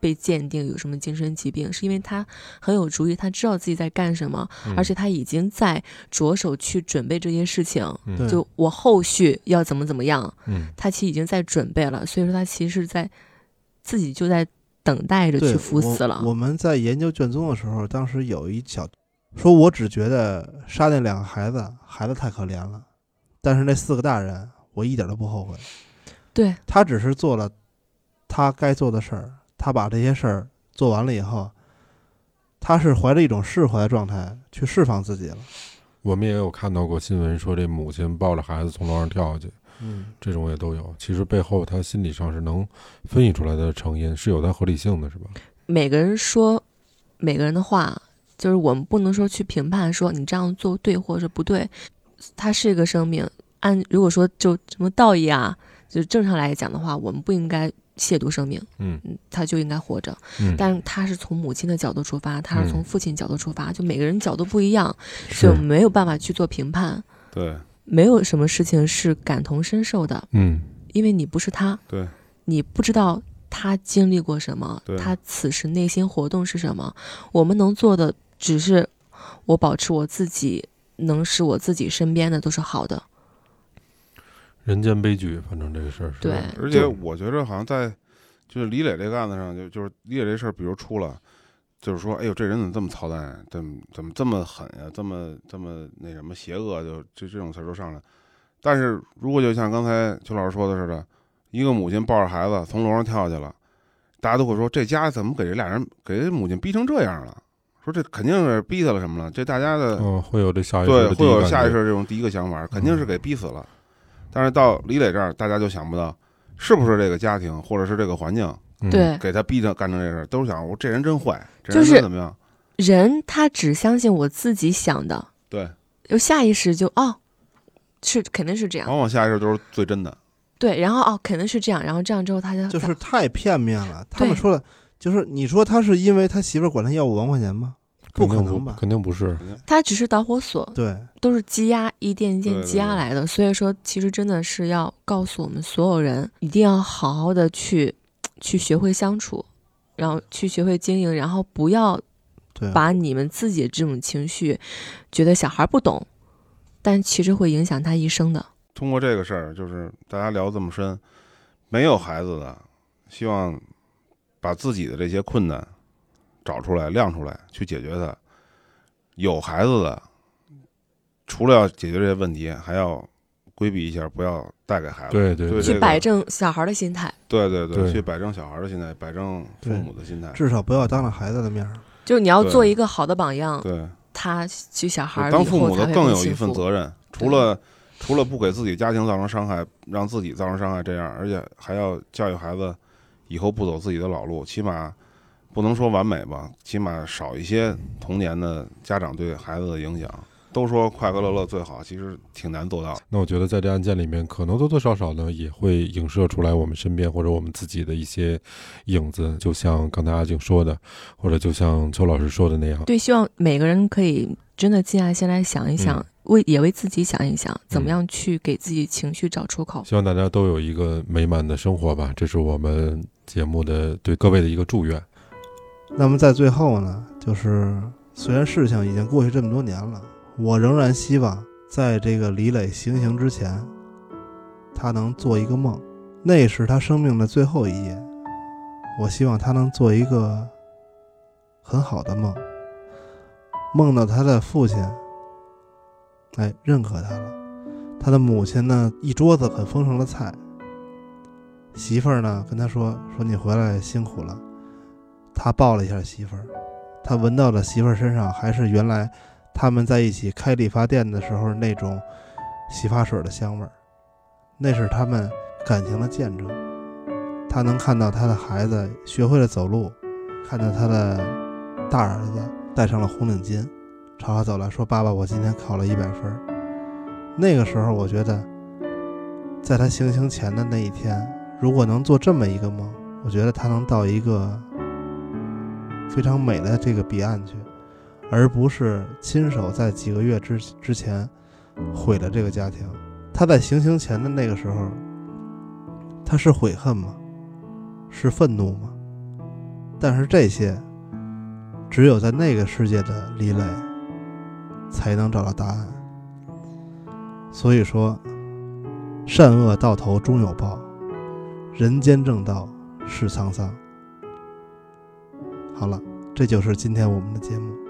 C: 被鉴定有什么精神疾病，是因为他很有主意，他知道自己在干什么，
G: 嗯
C: 而且他已经在着手去准备这些事情。
G: 嗯对
C: 就我后续要怎么怎么样，
G: 嗯
C: 他其实已经在准备了，所以说他其实是在自己就在等待着
A: 对
C: 去赴死了。
A: 我。我们在研究卷宗的时候，当时有一小说，我只觉得杀那两个孩子，孩子太可怜了，但是那四个大人，我一点都不后悔。
C: 对
A: 他只是做了他该做的事儿，他把这些事儿做完了以后，他是怀着一种释怀的状态去释放自己了。
B: 我们也有看到过新闻，说这母亲抱着孩子从楼上跳下去，
A: 嗯，
B: 这种也都有。其实背后他心理上是能分析出来的成因，是有它合理性的，是吧？
C: 每个人说每个人的话，就是我们不能说去评判说你这样做对或者不对，它是一个生命。按如果说就什么道义啊、就正常来讲的话，我们不应该亵渎生命，
B: 嗯，
C: 他就应该活着。
B: 嗯
C: 但他是从母亲的角度出发，他是
B: 嗯
C: 从父亲角度出发，就每个人角度不一样，所以我们没有办法去做评判。
E: 对
C: 没有什么事情是感同身受的，
B: 嗯，
C: 因为你不是他，
E: 对，
C: 你不知道他经历过什么
E: 对，
C: 他此时内心活动是什么。我们能做的只是，我保持我自己，能使我自己身边的都是好的。
B: 人间悲剧，反正这个事儿是
C: 对
E: 而且我觉着好像在就是李磊这个案子上，就就是李磊这事儿，比如出了，就是说，哎呦，这人怎么这么操蛋呀、怎么怎么这么狠呀、这么这么那什么邪恶，就这这种词儿都上来。但是如果就像刚才邱老师说的似的，一个母亲抱着孩子从楼上跳下去了，大家都会说这家怎么给这俩人给这母亲逼成这样了？说这肯定是逼他了什么了？这大家的
B: 嗯，会有这下意识
E: 对
B: 的，第
E: 哦会
B: 一
E: 有
B: 感
E: 下意
B: 觉
E: 识这种第一个想法，肯定是给逼死了。但是到李磊这儿，大家就想不到是不是这个家庭或者是这个环境，
B: 嗯
C: 对
E: 给他逼着干成这事儿，都想我这人真坏，这
C: 就
E: 人
C: 是
E: 真怎么样？
C: 人他只相信我自己想的，
E: 对，
C: 就下意识就哦，是肯定是这样，
E: 往往下意识都是最真的。
C: 对，然后哦肯定是这样，然后这样之后他就
A: 就是太片面了。他们
C: 对
A: 说的，就是你说他是因为他媳妇儿管他要五万块钱吗？不可能吧？
B: 肯定不是。
C: 他只是导火索，
A: 对，
C: 都是积压一点一
A: 对
C: 点
A: 对
C: 积压
A: 对
C: 来的。所以说，其实真的是要告诉我们所有人，一定要好好的去去学会相处，然后去学会经营，然后不要
A: 对啊
C: 把你们自己这种情绪，觉得小孩不懂，但其实会影响他一生的。
E: 通过这个事儿，就是大家聊这么深，没有孩子的，希望把自己的这些困难找出来、亮出来，去解决它。有孩子的，除了要解决这些问题，还要规避一下，不要带给孩子。
B: 对对
E: 对这
C: 去
E: 个
C: 摆正小孩的心态，
E: 对对
B: 对
E: 去摆正小孩的心态，摆正父母的心态，
A: 至少不要当着孩子的面儿。
C: 就是你要
E: 对
C: 做一个好的榜样，
E: 对。
C: 他去小孩儿
E: 当
C: 以
E: 父
C: 后
E: 母
C: 才
E: 的
C: 会
E: 更
C: 更
E: 有一
C: 幸
E: 份
C: 福
E: 责任，除了除了不给自己家庭造成伤害，让自己造成伤害这样，而且还要教育孩子以后不走自己的老路，起码不能说完美吧，起码少一些童年的家长对孩子的影响。都说快快乐乐最好，其实挺难做到的。
B: 那我觉得在这案件里面，可能多多少少呢也会影射出来我们身边或者我们自己的一些影子，就像刚才阿静说的，或者就像邱老师说的那样。
C: 对，希望每个人可以真的静下心来想一想，
B: 嗯
C: 为也为自己想一想，怎么样去给自己情绪找出口。
B: 希望大家都有一个美满的生活吧，这是我们节目的对各位的一个祝愿。
A: 那么在最后呢，就是虽然事情已经过去这么多年了，我仍然希望在这个李磊行刑之前，他能做一个梦，那是他生命的最后一夜。我希望他能做一个很好的梦，梦到他的父亲，哎，认可他了。他的母亲呢，一桌子很丰盛的菜。媳妇儿呢，跟他说说你回来辛苦了。他抱了一下媳妇儿，他闻到了媳妇儿身上还是原来他们在一起开理发店的时候那种洗发水的香味儿，那是他们感情的见证。他能看到他的孩子学会了走路，看到他的大儿子戴上了红领巾，朝他走来说：“爸爸，我今天考了一百分儿。”那个时候，我觉得，在他行刑前的那一天，如果能做这么一个梦，我觉得他能到一个非常美的这个彼岸去，而不是亲手在几个月之之前毁了这个家庭。他在行刑前的那个时候，他是悔恨吗？是愤怒吗？但是这些，只有在那个世界的李磊才能找到答案。所以说，善恶到头终有报，人间正道是沧桑。好了，这就是今天我们的节目。